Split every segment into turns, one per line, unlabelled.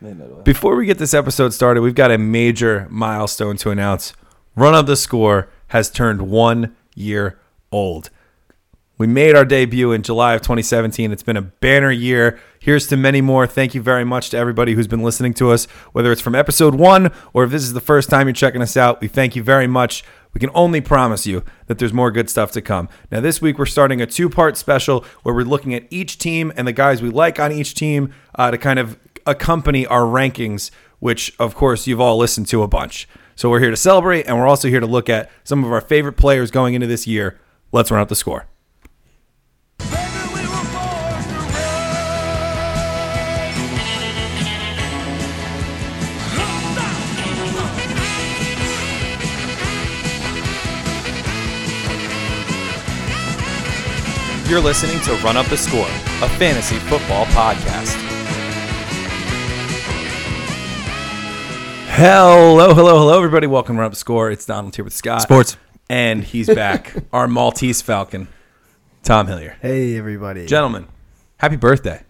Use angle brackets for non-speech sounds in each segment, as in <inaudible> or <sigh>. They know that.
Before we get this episode started, we've got a major milestone to announce. Run of the Score has turned one year old. We made our debut in July of 2017. It's been a banner year. Here's to many more. Thank you very much to everybody who's been listening to us, whether it's from episode one or if this is the first time you're checking us out. We thank you very much. We can only promise you that there's more good stuff to come. Now, this week we're starting a two part special where we're looking at each team and the guys we like on each team uh, to kind of accompany our rankings, which of course you've all listened to a bunch. So we're here to celebrate and we're also here to look at some of our favorite players going into this year. Let's run out the score. You're listening to Run Up the Score, a fantasy football podcast. Hello, hello, hello, everybody. Welcome to Run Up the Score. It's Donald here with Scott.
Sports.
And he's back, our Maltese Falcon, Tom Hillier.
Hey, everybody.
Gentlemen, happy birthday.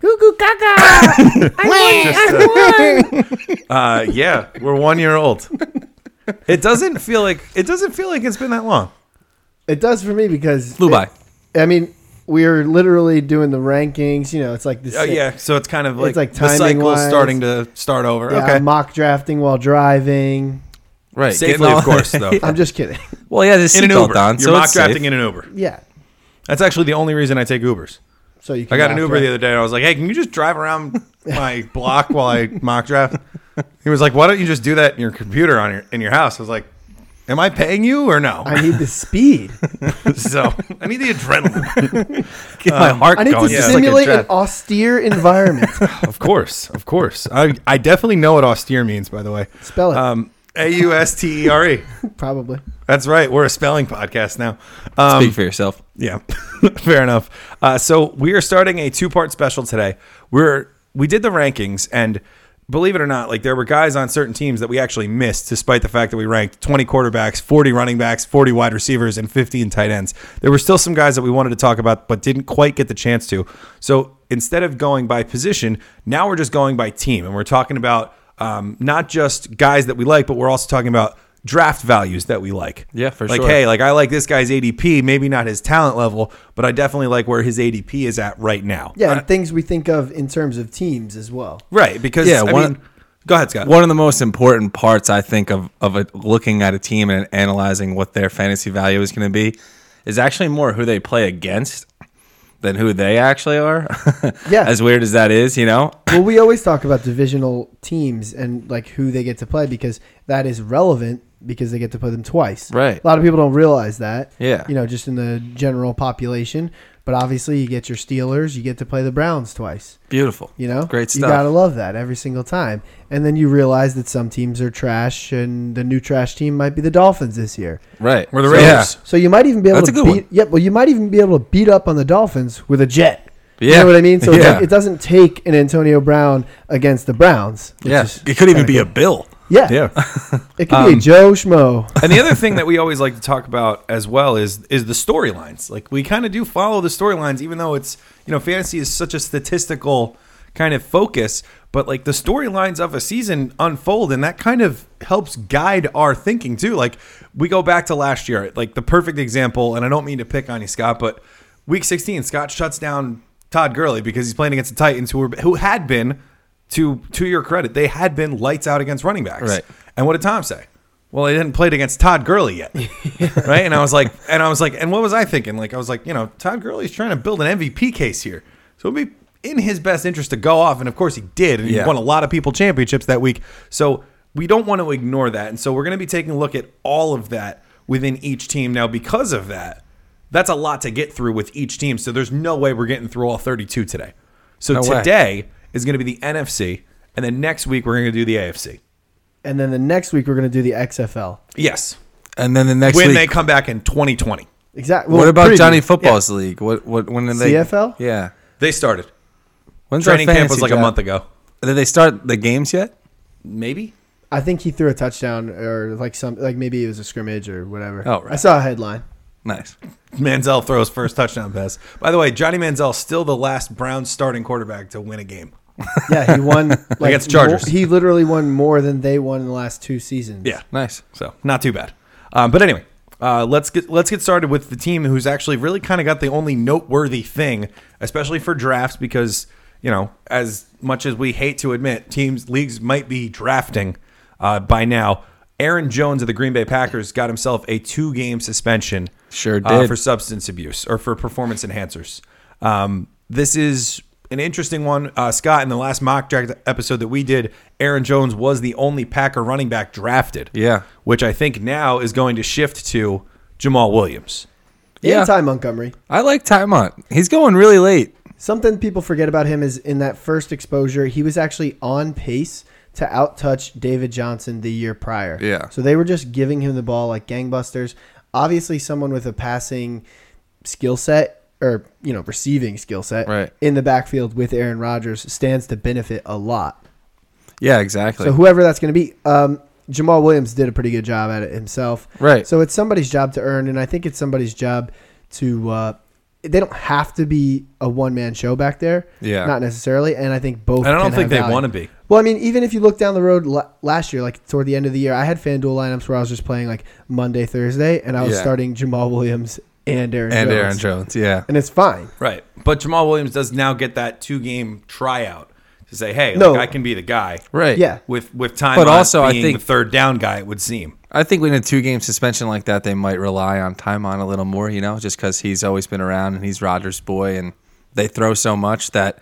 <laughs>
Uh, yeah, we're one year old. It doesn't feel like it doesn't feel like it's been that long.
It does for me because
Flew by.
I mean, we're literally doing the rankings. You know, it's like this.
Oh yeah, so it's kind of like,
like
the cycle's
timing-wise.
starting to start over.
Yeah,
okay,
uh, mock drafting while driving.
Right.
safely,
getting
of
all-
course, though.
I'm just kidding.
<laughs>
<laughs>
well, yeah, this
in an Uber.
seatbelt on.
You're
so
mock
it's
drafting
safe.
in an Uber.
Yeah.
That's actually the only reason I take Ubers.
So you. Can
I got an
mock
Uber the
draft.
other day, and I was like, "Hey, can you just drive around my block while I mock draft?" <laughs> He was like, "Why don't you just do that in your computer on your in your house?" I was like, "Am I paying you or no?"
I need the speed.
<laughs> so I need the adrenaline.
<laughs> Get my heart
I need
going.
to
yeah.
Just like a
simulate an
draft.
<laughs>
austere environment.
<laughs> of course, of course. I I definitely know what austere means, by the way.
Spell it.
Um, A U S T E R E.
Probably.
That's right. We're a spelling podcast now. Um,
Speak for yourself.
Yeah, <laughs> fair enough. Uh, so we are starting a two-part special today. We're we did the rankings, and believe it or not, like there were guys on certain teams that we actually missed, despite the fact that we ranked 20 quarterbacks, 40 running backs, 40 wide receivers, and 15 tight ends. There were still some guys that we wanted to talk about, but didn't quite get the chance to. So instead of going by position, now we're just going by team, and we're talking about um, not just guys that we like, but we're also talking about draft values that we like.
Yeah, for
like,
sure.
Like, hey, like I like this guy's ADP, maybe not his talent level, but I definitely like where his ADP is at right now.
Yeah, and things we think of in terms of teams as well.
Right. Because
Yeah,
I
one-
mean- go ahead, Scott.
One of the most important parts I think of of a, looking at a team and analyzing what their fantasy value is going to be is actually more who they play against than who they actually are. <laughs>
Yeah.
as weird as that is, you know.
Well, we always talk about divisional teams and like who they get to play because that is relevant because they get to play them twice.
Right.
A lot of people don't realize that.
Yeah.
You know, just in the general population, but obviously you get your Steelers, you get to play the Browns twice.
Beautiful.
You know,
Great
You
stuff.
gotta love that every single time, and then you realize that some teams are trash, and the new trash team might be the Dolphins this year.
Right.
We're the
So-
Raiders.
So you might even be able
That's
to
a good
beat.
one.
Yeah, well, you might even be able to beat up on the Dolphins with a jet. You
Yeah.
know what I mean? So it's
Yeah.
like, it doesn't take an Antonio Brown against the Browns. which
Yeah. Um,
is-
it could even be a bill.
yeah. <laughs> It could be a Joe Schmo.
and the other thing that we always like to talk about as well is is the storylines. Like we kind of do follow the storylines, even though it's you know fantasy is such a statistical kind of focus. But like the storylines of a season unfold, and that kind of helps guide our thinking too. Like we go back to last year, like the perfect example. And I don't mean to pick on you, Scott, but week 16, Scott shuts down Todd Gurley because he's playing against the Titans, who were who had been to to your credit, they had been lights out against running backs.
Right.
And what did Tom say? Well, they didn't play it against Todd
<laughs>
Gurley yet, right? And I was like, and I was like, and what was I thinking? Like, I was like, you know, Todd Gurley's trying to build an MVP case here, so it'd be in his best interest to go off, and of course he did, and he
Yeah.
won a lot of people championships that week. So we don't want to ignore that, and so we're going to be taking a look at all of that within each team now. Because of that, that's a lot to get through with each team. So there's no way we're getting through all 32 today. So
No way.
today is going to be the NFC, and then next week we're going to do the AFC.
And then the next week we're going to do the XFL.
Yes.
And then the next
when
week,
they come back in 2020.
Exactly.
what about Johnny Football's league? What what when did they
CFL?
Yeah.
They started.
When's our
Training camp was
fantasy
like a
draft?
month ago.
Did they start the games yet?
Maybe.
I think he threw a touchdown or like some like maybe it was a scrimmage or whatever.
Oh, right.
I saw a headline.
Nice.
Manziel throws first touchdown pass. By the way, Johnny Manziel's still the last Browns starting quarterback to win a game.
Yeah,
<laughs>
he won like,
Against Chargers.
mo- he literally won more than they won in the last two seasons.
Yeah.
Nice.
So not too bad. Um, but anyway, uh, let's get let's get started with the team who's actually really kind of got the only noteworthy thing, especially for drafts, because you know as much as we hate to admit, teams leagues might be drafting uh, by now. Aaron Jones of the Green Bay Packers got himself a two-game suspension,
Sure
uh,
did.
for substance abuse or for performance enhancers. Um, this is an interesting one, uh, Scott. In the last mock draft episode that we did, Aaron Jones was the only Packer running back drafted
Yeah.
which I think now is going to shift to Jamal Williams.
yeah.
Yeah.
And Ty Montgomery.
I like Tymont. He's going really late.
Something people forget about him is in that first exposure, he was actually on pace to outtouch David Johnson the year prior.
Yeah.
So they were just giving him the ball like gangbusters. Obviously, someone with a passing skill set or you know receiving skill set
Right.
in the backfield with Aaron Rodgers stands to benefit a lot.
Yeah, exactly.
So whoever that's going to be, um, Jamal Williams did a pretty good job at it himself.
Right.
So it's somebody's job to earn, and I think it's somebody's job to. Uh, they don't have to be a one man show back there.
Yeah.
Not necessarily, and I think both.
And I don't
can
think
have
they
value.
wanna be.
Well, I mean, even if you look down the road la- last year, like toward the end of the year, I had FanDuel lineups where I was just playing like Monday, Thursday, and I was
Yeah.
starting Jamal Williams and Aaron
and
Jones.
Aaron Jones. Yeah.
and it's fine.
Right. But Jamal Williams does now get that two game tryout to say, hey,
No.
look, I can be the guy.
Right.
Yeah.
With with time
But
on
also, I
being
think-
the third down guy, it would seem.
I think when a two game suspension like that, they might rely on Tymon a little more, you know, just because he's always been around and he's Rogers' boy and they throw so much that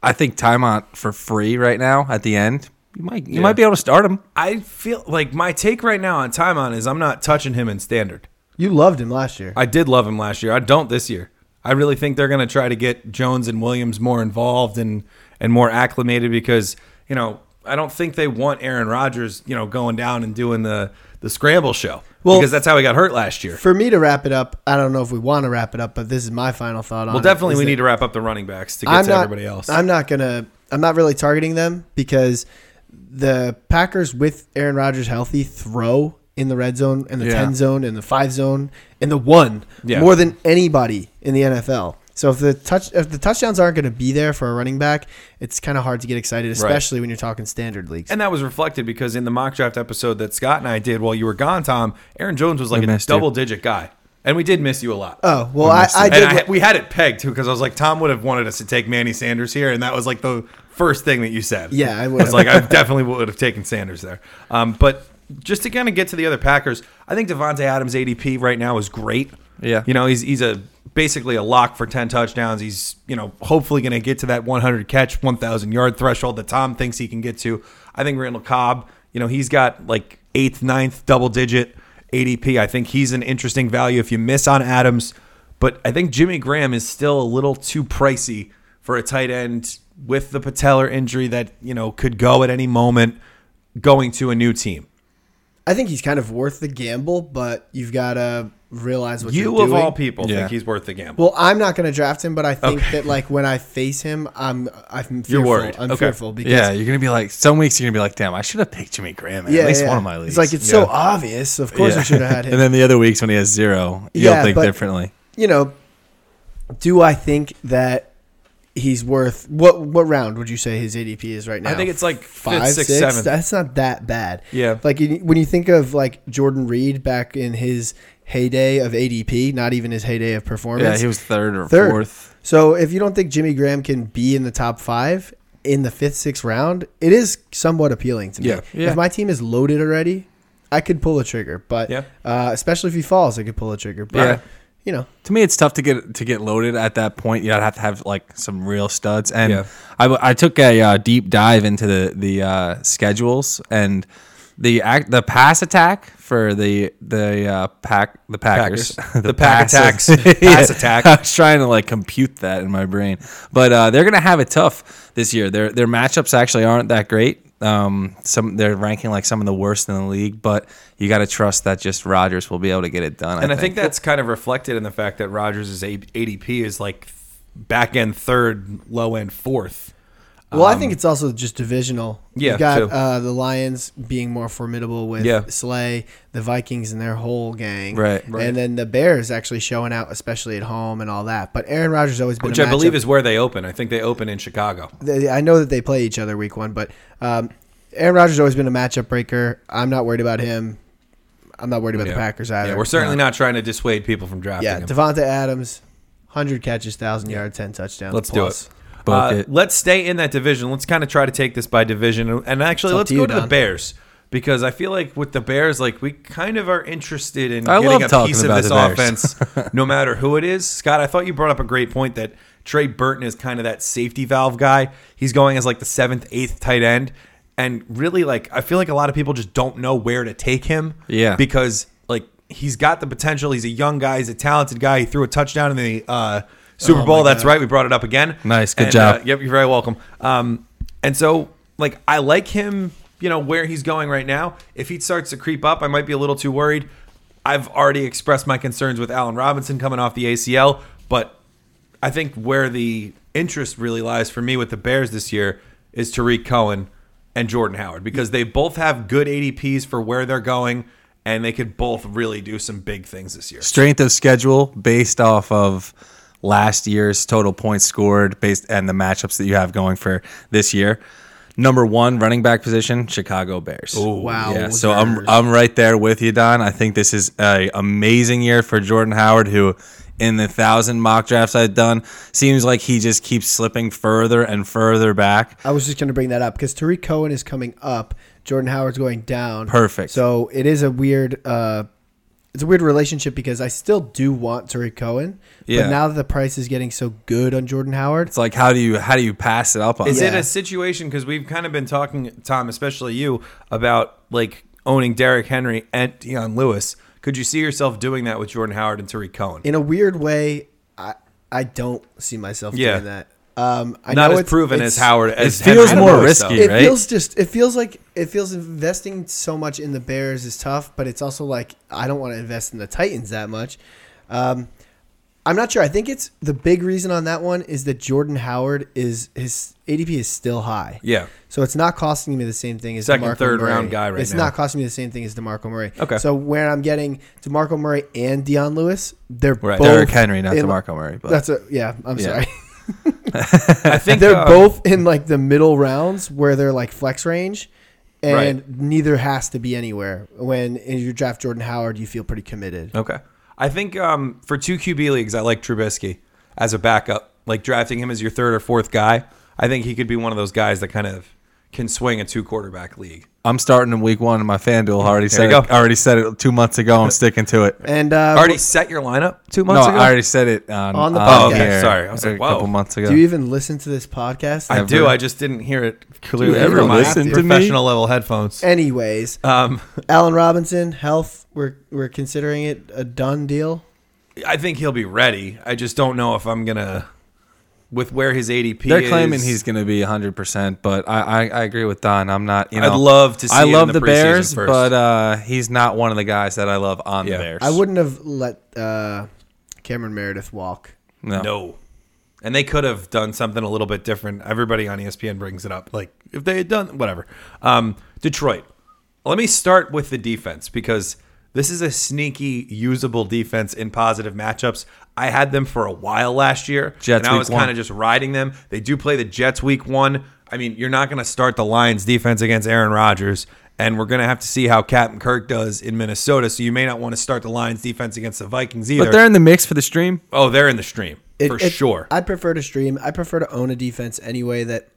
I think Tymon for free right now at the end, you might you might be able to start him.
I feel like my take right now on time on is I'm not touching him in standard.
You loved him last year.
I did love him last year. I don't this year. I really think they're going to try to get Jones and Williams more involved and and more acclimated because you know I don't think they want Aaron Rodgers you know going down and doing the the scramble show
Well-
because that's how he got hurt last year.
For me to wrap it up, I don't know if we want to wrap it up, but this is my final thought on.
Well,
it,
definitely
is
we
that-
need to wrap up the running backs to get
I'm
to
not,
everybody else.
I'm not gonna. I'm not really targeting them because the Packers with Aaron Rodgers healthy throw in the red zone and the
Yeah.
ten zone and the five zone and the one
Yeah.
more than anybody in the NFL. So if the touch if the touchdowns aren't going to be there for a running back, it's kind of hard to get excited, especially when you're talking standard leagues.
and that was reflected because in the mock draft episode that Scott and I did while you were gone, Tom, Aaron Jones was like a
missed you.
double digit guy, and we did miss you a lot.
oh well, I, I did.
and I, we had it pegged too because I was like, Tom would have wanted us to take Manny Sanders here, and that was like the first thing that you said.
Yeah, I would
was
have.
like, I definitely would have taken Sanders there. Um, but just to kind of get to the other Packers, I think Devonte Adams ADP right now is great.
Yeah.
you know he's he's a basically a lock for ten touchdowns. He's you know hopefully going to get to that 100 catch, 1,000 yard threshold that Tom thinks he can get to. I think Randall Cobb, you know, he's got like eighth, ninth, double digit ADP. I think he's an interesting value if you miss on Adams. But I think Jimmy Graham is still a little too pricey for a tight end with the patellar injury that, you know, could go at any moment going to a new team.
I think he's kind of worth the gamble, but you've got to realize what
You
you're
of
doing.
all people
Yeah.
think he's worth the gamble.
Well, I'm not going to draft him, but I think that like when I face him, I'm I'm fearful.
worried.
I'm
Okay.
fearful because
Yeah, you're gonna be like some weeks you're gonna be like, damn, I should have picked Jimmy Graham in
yeah,
at least
yeah.
one of my leagues.
It's like it's so obvious. Of course, I should have had
<laughs>
him.
and then the other weeks when he has zero, you'll
Yeah,
think
but-
differently.
you know, do I think that he's worth what? What round would you say his ADP is right now?
I think it's like fifth,
five, six,
sixth, seventh.
That's not that bad.
Yeah.
Like you- when you think of like Jordan Reed back in his heyday of ADP, not even his heyday of performance.
Yeah, he was third or
Third.
fourth.
So if you don't think Jimmy Graham can be in the top five in the fifth, sixth round, it is somewhat appealing to me.
Yeah.
Yeah.
If my team is loaded already, I could pull a trigger. But
Yeah.
uh, especially if he falls, I could pull a trigger. But
Yeah.
you know,
to me it's tough to get to get loaded at that point you'd have to have like some real studs and
Yeah.
I, w- I took a uh, deep dive into the the uh, schedules and the act the pass attack for the the uh, pack <laughs> the Packers,
Packers. The pack <laughs> attacks. Pass attack.
I was trying to like compute that in my brain but uh, they're gonna have it tough this year their their matchups actually aren't that great um, some they're ranking like some of the worst in the league but you got to trust that just Rodgers will be able to get it done
And I think that's kind of reflected in the fact that Rogers' ADP is like back end third, low end fourth.
Well, I think it's also just divisional.
Um, Yeah,
You've got
too.
uh, the Lions being more formidable with
Yeah.
Slay, the Vikings and their whole gang,
Right.
And then the Bears actually showing out, especially at home and all that. But Aaron Rodgers has always been,
which
a
I believe
matchup-
is where they open. I think they open in Chicago.
They, I know that they play each other week one, but um, Aaron Rodgers has always been a matchup breaker. I'm not worried about him. I'm not worried about
Yeah.
the Packers either.
Yeah, we're certainly not trying to dissuade people from drafting
Yeah,
him.
Devonta Adams, hundred catches, thousand yards, ten touchdowns.
Let's do
plus.
it.
Book
Uh,
it.
Let's stay in that division. Let's kind of try to take this by division, and- and actually,
It's up
let's
to
go
you,
to the
Don.
Bears because I feel like with the Bears, like we kind of are interested in
I love
getting a
talking
piece of
about
this
the Bears.
offense, no matter who it is. Scott, I thought you brought up a great point that Trey Burton is kind of that safety valve guy. He's going as like the seventh, eighth tight end, and really, like I feel like a lot of people just don't know where to take him.
Yeah.
because like he's got the potential. He's a young guy. He's a talented guy. He threw a touchdown in the. Uh, Super Bowl, that's right. We brought it up again.
Nice, good
And,
job.
uh, yep, you're very welcome. Um, and so, like, I like him. You know where he's going right now. If he starts to creep up, I might be a little too worried. I've already expressed my concerns with Allen Robinson coming off the ACL, but I think where the interest really lies for me with the Bears this year is Tariq Cohen and Jordan Howard because they both have good ADPs for where they're going, and they could both really do some big things this year.
strength of schedule based off of last year's total points scored based and the matchups that you have going for this year. Number one running back position, Chicago Bears.
Wow.
Yeah, so
Bears.
I'm I'm right there with you, Don. I think this is a amazing year for Jordan Howard, who in the thousand mock drafts I've done seems like he just keeps slipping further and further back.
I was just going to bring that up because Tariq Cohen is coming up, Jordan Howard's going down.
Perfect.
So it is a weird, uh, it's a weird relationship because I still do want Tariq Cohen,
Yeah.
but now that the price is getting so good on Jordan Howard,
It's like how do you how do you pass it up on?
Is
that?
it
Yeah.
a situation because we've kind of been talking, Tom, especially you, about like owning Derrick Henry and Deion Lewis? Could you see yourself doing that with Jordan Howard and Tariq Cohen?
in a weird way, I I don't see myself
Yeah.
doing that. Um, I
Not
know
as
it's-
proven
it's-
as Howard. As
it feels
Henry
more
Lewis,
risky,
though.
It
right?
feels just. It feels like it feels investing so much in the Bears is tough, but it's also like I don't want to invest in the Titans that much. Um, I'm not sure. I think it's the big reason on that one is that Jordan Howard is his ADP is still high.
Yeah.
So it's not costing me the same thing as
Second,
DeMarco
third
Murray.
round guy right
It's
now.
not costing me the same thing as Demarco Murray.
Okay.
So where I'm getting Demarco Murray and Deion Lewis, they're
Right.
both
Derrick Henry, not
in-
DeMarco Murray, but
That's a yeah. I'm
Yeah.
sorry.
I think
They're
uh,
both in like the middle rounds where they're like flex range, and
Right.
neither has to be anywhere. When in your draft Jordan Howard, you feel pretty committed.
Okay. I think um, for two QB leagues, I like Trubisky as a backup. Like drafting him as your third or fourth guy, I think he could be one of those guys that kind of can swing a two quarterback league.
I'm starting in week one in my FanDuel. I already said
you
it,
go.
I already said it two months ago. I'm sticking to it.
And uh,
Already set your lineup two
No,
months ago.
I already said it on,
On the
podcast.
the air
Sorry, I was like,
a
whoa.
couple months ago.
do you even listen to this podcast?
I do.
ever-
I just didn't hear it clearly.
ever
through my
listen to
me?
professional level headphones.
Anyways,
Um,
Allen Robinson health. We're we're considering it a done deal.
I think he'll be ready. I just don't know if I'm gonna with where his ADP.
They're
is,
claiming he's going to be 100, percent but I, I I agree with Don. I'm not. You know,
I'd love to see
I
it in
love
the
the,
preseason
Bears,
first.
but uh, he's not one of the guys that I love on
Yeah.
the Bears.
I wouldn't have let uh, Cameron Meredith walk.
no.
no. And they could have done something a little bit different. Everybody on E ESPN brings it up. Like if they had done whatever. Um, Detroit. Let me start with the defense because this is a sneaky, usable defense in positive matchups. I had them for a while last year,
Jets
and I
week
was
one.
kind of just riding them. They do play the Jets week one. I mean, you're not going to start the Lions defense against Aaron Rodgers, and we're going to have to see how Captain Kirk does in Minnesota. So you may not want to start the Lions defense against the Vikings either.
But they're in the mix for the stream.
oh, they're in the stream
It-
for
it-
sure.
I'd prefer to stream. I prefer to own a defense anyway that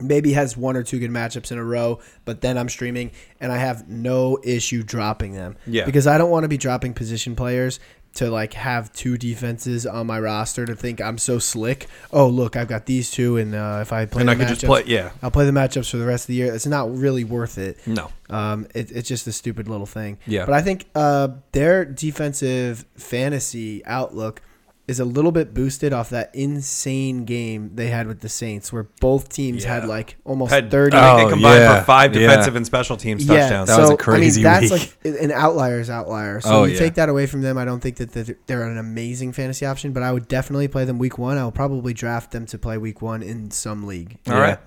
maybe has one or two good matchups in a row, but then I'm streaming and I have no issue dropping them.
Yeah.
Because I don't want to be dropping position players to like have two defenses on my roster to think I'm so slick. Oh, look, I've got these two, and uh, if I play,
And
the
I could just
matchups-
play- yeah.
I'll play the matchups for the rest of the year. It's not really worth it.
No.
Um, it, it's just a stupid little thing.
Yeah.
But I think uh, their defensive fantasy outlook is a little bit boosted off that insane game they had with the Saints, where both teams
Yeah.
had like almost
had
thirty.
I think
Oh,
they combined
yeah,
for five
yeah.
defensive and special teams
yeah,
touchdowns.
That
so,
was a crazy
I mean,
week.
that's like an outlier's outlier. So
Oh,
you
yeah.
take that away from them, I don't think that they're- they're an amazing fantasy option. But I would definitely play them week one. I will probably draft them to play week one in some league.
All right.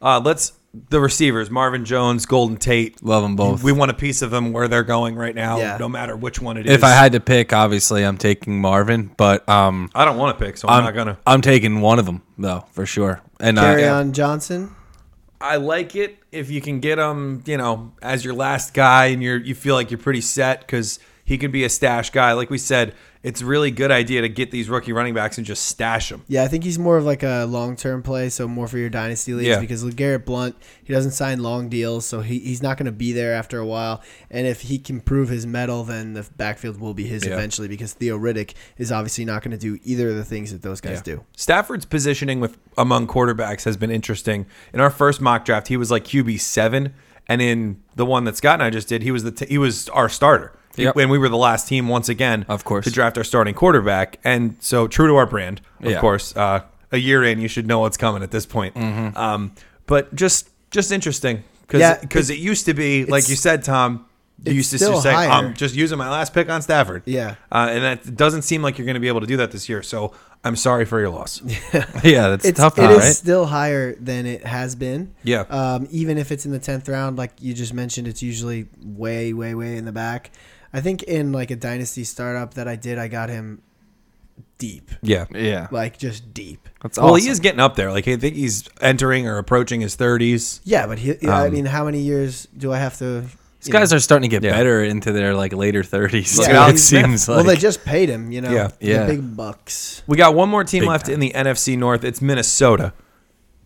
Uh, let's the receivers: Marvin Jones, Golden Tate.
Love them both.
We want a piece of them where they're going right now,
Yeah.
no matter which one it is.
if I had to pick, obviously I'm taking Marvin, but um,
I don't want to pick, so I'm, not gonna.
I'm taking one of them though for sure. And
Carry
uh,
on Johnson.
I like it if you can get him, you know, as your last guy, and you're you feel like you're pretty set because he could be a stash guy. Like we said, it's a really good idea to get these rookie running backs and just stash them.
Yeah, I think he's more of like a long term play, so more for your dynasty leagues
Yeah.
because LeGarrette Blunt, he doesn't sign long deals, so he, he's not going to be there after a while. And if he can prove his metal, then the backfield will be his
Yeah.
eventually because Theo Riddick is obviously not going to do either of the things that those guys do.
Stafford's positioning with among quarterbacks has been interesting. In our first mock draft, he was like QB seven, and in the one that Scott and I just did, he was the t- he was our starter.
Yep.
When we were the last team once again,
Of course.
to draft our starting quarterback, and so true to our brand, of
Yeah.
course. Uh, a year in, you should know what's coming at this point.
Mm-hmm.
Um, but just just interesting because
Yeah,
because it used to be like you said, Tom. You
it's
used to
still
say,
higher.
"I'm just using my last pick on Stafford."
Yeah.
uh, and that doesn't seem like you're going to be able to do that this year. So I'm sorry for your loss.
<laughs> yeah, that's
It's,
tough
it
now,
is
right?
still higher than it has been.
Yeah.
Um, even if it's in the tenth round, like you just mentioned, it's usually way, way, way in the back. I think in like a dynasty startup that I did, I got him deep,
Yeah.
yeah,
like just deep.
that's
Well,
all.
he is getting up there. Like I think he's entering or approaching his 30s.
Yeah, but he,
Um,
I mean, how many years do I have to?
These guys are starting to get
Yeah.
better into their like later 30s.
Look
Yeah.
at
<laughs>
Alex
it
Smith.
seems
well,
like
they just paid him, you know.
Yeah.
Yeah.
The big bucks.
We got one more team
Big
left
time.
in the NFC North. It's Minnesota.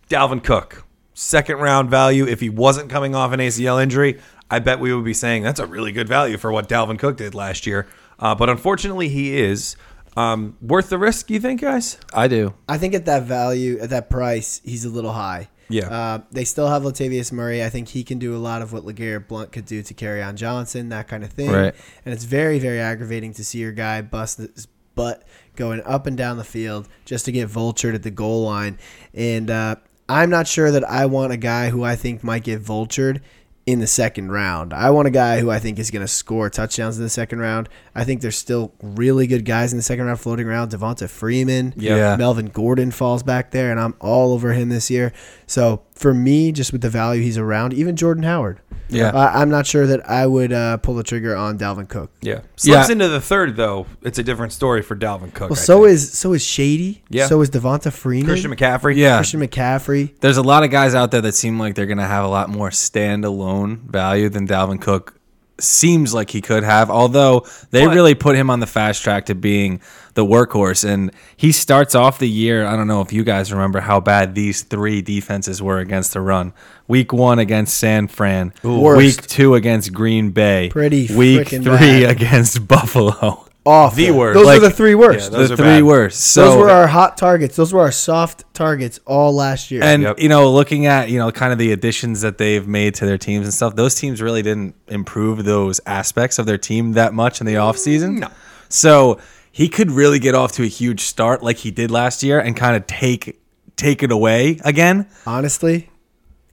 Dalvin Cook, second round value. If he wasn't coming off an ACL injury, I bet we would be saying that's a really good value for what Dalvin Cook did last year. Uh, but unfortunately, he is um, worth the risk. You think, guys?
I do.
I think at that value, at that price, he's a little high.
Yeah.
Uh, they still have Latavius Murray. I think he can do a lot of what LeGarrette Blunt could do to carry on Johnson, that kind of thing.
Right.
And it's very, very aggravating to see your guy bust his butt going up and down the field just to get vultured at the goal line. And uh, I'm not sure that I want a guy who I think might get vultured in the second round. I want a guy who I think is going to score touchdowns in the second round. I think there's still really good guys in the second round floating around. Devonta Freeman.
Yeah.
Yeah.
Melvin Gordon falls back there, and I'm all over him this year. So for me, just with the value he's around, even Jordan Howard.
Yeah.
Uh, I'm not sure that I would uh, pull the trigger on Dalvin Cook.
Yeah. Slips
Yeah.
into the third, though. It's a different story for Dalvin Cook.
Well,
I
so
think.
is so is Shady.
Yeah.
So is Devonta Freeman.
Christian McCaffrey.
Yeah.
Christian McCaffrey.
There's a lot of guys out there that seem like they're going to have a lot more standalone value than Dalvin Cook seems like he could have. Although they
But-
really put him on the fast track to being the workhorse, and he starts off the year. I don't know if you guys remember how bad these three defenses were against the run. Week one against San Fran.
Worst.
Week two against Green Bay.
Pretty
Week three
frickin'
<laughs>
bad.
against Buffalo.
Awful.
The worst.
Those
Like-
were the three worst.
Yeah, Those
the
are
three
bad.
worst. So
those were our hot targets. Those were our soft targets all last year.
And
Yep.
you know, looking at you know, kind of the additions that they've made to their teams and stuff, those teams really didn't improve those aspects of their team that much in the offseason.
no.
So he could really get off to a huge start like he did last year and kind of take take it away again.
honestly,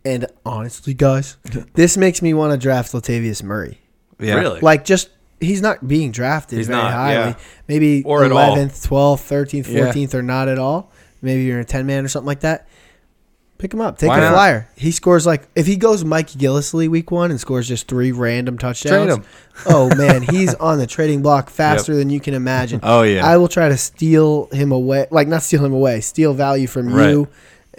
and honestly, guys, this makes me want to draft Latavius Murray.
Yeah.
Really?
like just he's not being drafted
He's
very
not,
highly.
yeah.
Maybe
Or at all.
11th, 12th, 13th,
Yeah.
14th, or not at all. Maybe you're in a 10 man or something like that. Pick him up. Take
Why
a
not?
flyer. He scores like if he goes Mike Gillisley week one and scores just three random touchdowns.
him.
<laughs> Oh man, he's on the trading block faster than you can imagine.
Oh, yeah.
I will try to steal him away. Like not steal him away. Steal value from you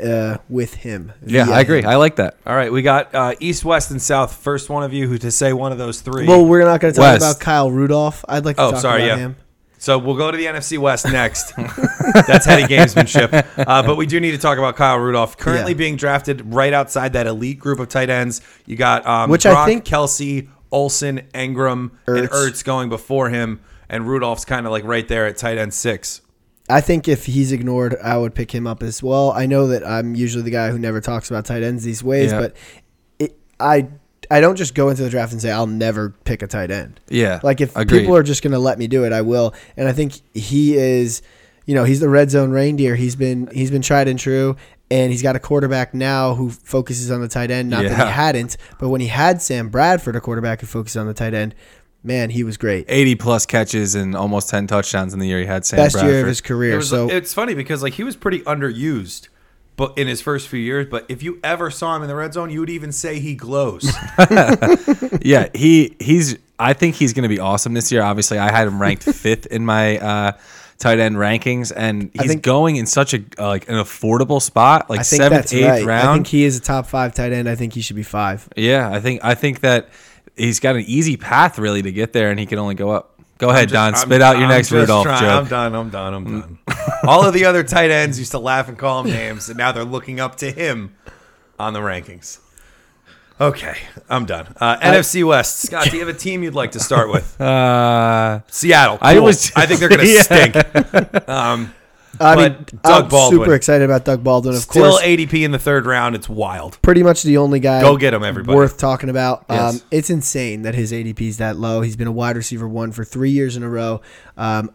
uh, with him.
Yeah,
Via
I agree.
him.
I like that.
All right, we got uh, East, West, and South. First one of you who to say one of those three.
Well, we're not going to talk
West.
about Kyle Rudolph. I'd like to
Oh,
talk
sorry, yeah.
about him.
so we'll go to the NFC West
<laughs>
next. That's heady gamesmanship. Uh, but we do need to talk about Kyle Rudolph, currently
Yeah.
being drafted right outside that elite group of tight ends. You got um,
Which I
Gronk,
think-
Kelsey, Olson, Engram, and
Ertz.
Ertz going before him, and Rudolph's kind of like right there at tight end six.
I think if he's ignored, I would pick him up as well. I know that I'm usually the guy who never talks about tight ends these ways,
Yeah.
but it, I I don't just go into the draft and say I'll never pick a tight end.
Yeah.
Like if
Agreed.
people are just going to let me do it, I will. And I think he is, you know, he's the red zone reindeer. He's been he's been tried and true, and he's got a quarterback now who focuses on the tight end. Not that
Yeah.
he hadn't, but when he had Sam Bradford, a quarterback who focused on the tight end, man, he was great.
80 plus catches and almost 10 touchdowns in the year he had Sam
Best
Bradford.
year of his career.
It was,
so
it's funny because like he was pretty underused, but in his first few years. But if you ever saw him in the red zone, you would even say he glows.
yeah, he he's. I think he's going to be awesome this year. Obviously, I had him
<laughs>
ranked fifth in my uh, tight end rankings, and he's
think-
going in such a uh, like an affordable spot, like
I think
seventh,
that's
eighth
right. I
round.
think he is a top five tight end. I think he should be five.
yeah, I think I think that he's got an easy path really to get there, and he can only go up. Go ahead, Don.
I'm-
Spit out your
I'm
next
just
Rudolph
trying- I'm
joke.
done. I'm done. I'm
<laughs>
done. All of the other tight ends used to laugh and call him names, and now they're looking up to him on the rankings. Okay, I'm done. Uh, NFC West. Scott, do you have a team you'd like to start
<laughs>
with?
Uh,
Seattle.
I
Cool.
was-
I think they're going
<laughs>
to
Yeah.
stink.
I
But
mean,
Doug
I'm
Baldwin.
super excited about Doug Baldwin. Of
Still
course,
ADP in the third round. It's wild.
pretty much the only guy.
Go get him, everybody.
Worth talking about.
Yes.
Um, it's insane that his ADP is that low. He's been a wide receiver one for three years in a row. Um,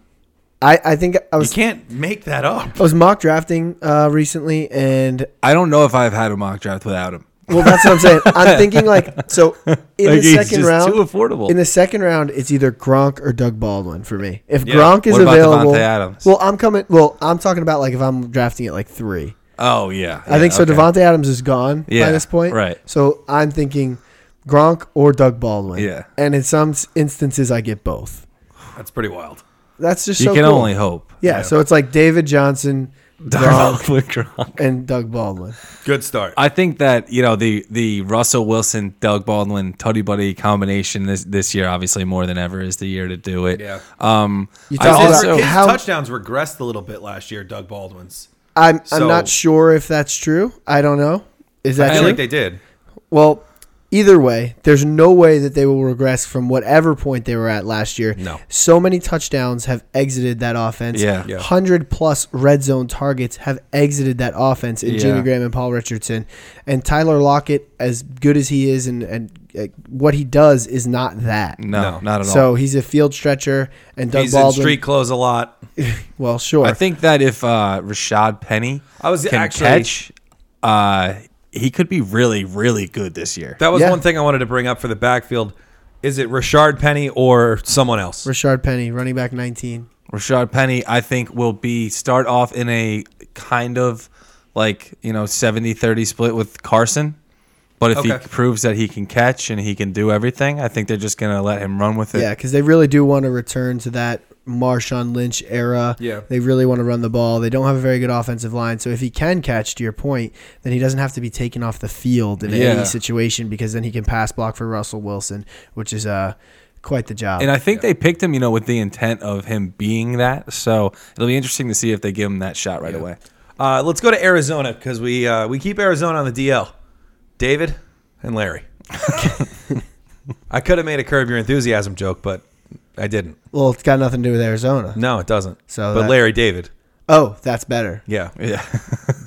I, I think I
You
was
can't make that up.
I was mock drafting uh, recently, and
I don't know if I've had a mock draft without him.
well, that's what I'm saying.
<laughs>
I'm thinking like so in
Like,
the
he's
second
just
round.
too affordable.
In the second round, it's either Gronk or Doug Baldwin for me. If
Yeah.
Gronk is
What about
available,
Devontae Adams?
well, I'm coming. Well, I'm talking about like if I'm drafting at like three.
oh yeah,
I think so.
okay.
Devonte Adams is gone
Yeah,
by this point,
right.
So I'm thinking Gronk or Doug Baldwin.
Yeah.
and in some s- instances, I get both.
That's pretty wild.
That's just
You
so
can
cool.
only hope.
yeah, So it's like
<laughs>
David Johnson, Gronk,
Darnold with Gronk.
and Doug Baldwin.
Good start.
I think that you know the the Russell Wilson, Doug Baldwin, Tutty Buddy combination this this year, obviously more than ever, is the year to do it.
yeah.
Um,
You
I
talk
also-
about
his, his
Uh, how
touchdowns regressed a little bit last year, Doug Baldwin's.
I'm.
So-
I'm not sure if that's true. I don't know. Is that
I
true?
think they did.
Well, either way, there's no way that they will regress from whatever point they were at last year.
No.
So many touchdowns have exited that offense.
Yeah.
Yeah.
100 plus red zone targets have exited that offense in
Yeah.
Jimmy Graham and Paul Richardson. And Tyler Lockett, as good as he is and, and uh, what he does, is not that.
no,
No.
not at all.
So he's a field stretcher, and Doug
He's in
Baldwin.
street clothes a lot.
Well, sure.
I think that if uh, Rashad Penny
I was
can
actually-
catch, uh, he could be really really good this year.
That was
Yeah.
one thing I wanted to bring up for the backfield. Is it Rashard Penny or someone else?
Rashard Penny, running back 19.
Rashad Penny, I think, will be start off in a kind of like, you know, 70 30 split with Carson. But if
Okay.
he proves that he can catch and he can do everything, I think they're just going to let him run with it. <laughs>
Yeah, because they really do want to return to that Marshawn Lynch era.
Yeah.
They really want to run the ball. They don't have a very good offensive line. So if he can catch, to your point, then he doesn't have to be taken off the field in
Yeah.
any situation because then he can pass block for Russell Wilson, which is uh, quite the job.
And I think they picked him, you know, with the intent of him being that. So it'll be interesting to see if they give him that shot right away.
Uh, let's go to Arizona because we uh, we keep Arizona on the DL. David and Larry.
<laughs>
I could have made a curb your enthusiasm joke, but I didn't.
well, it's got nothing to do with Arizona.
No, it doesn't.
So
but
that-
Larry David.
Oh, that's better.
Yeah. <laughs>
Yeah.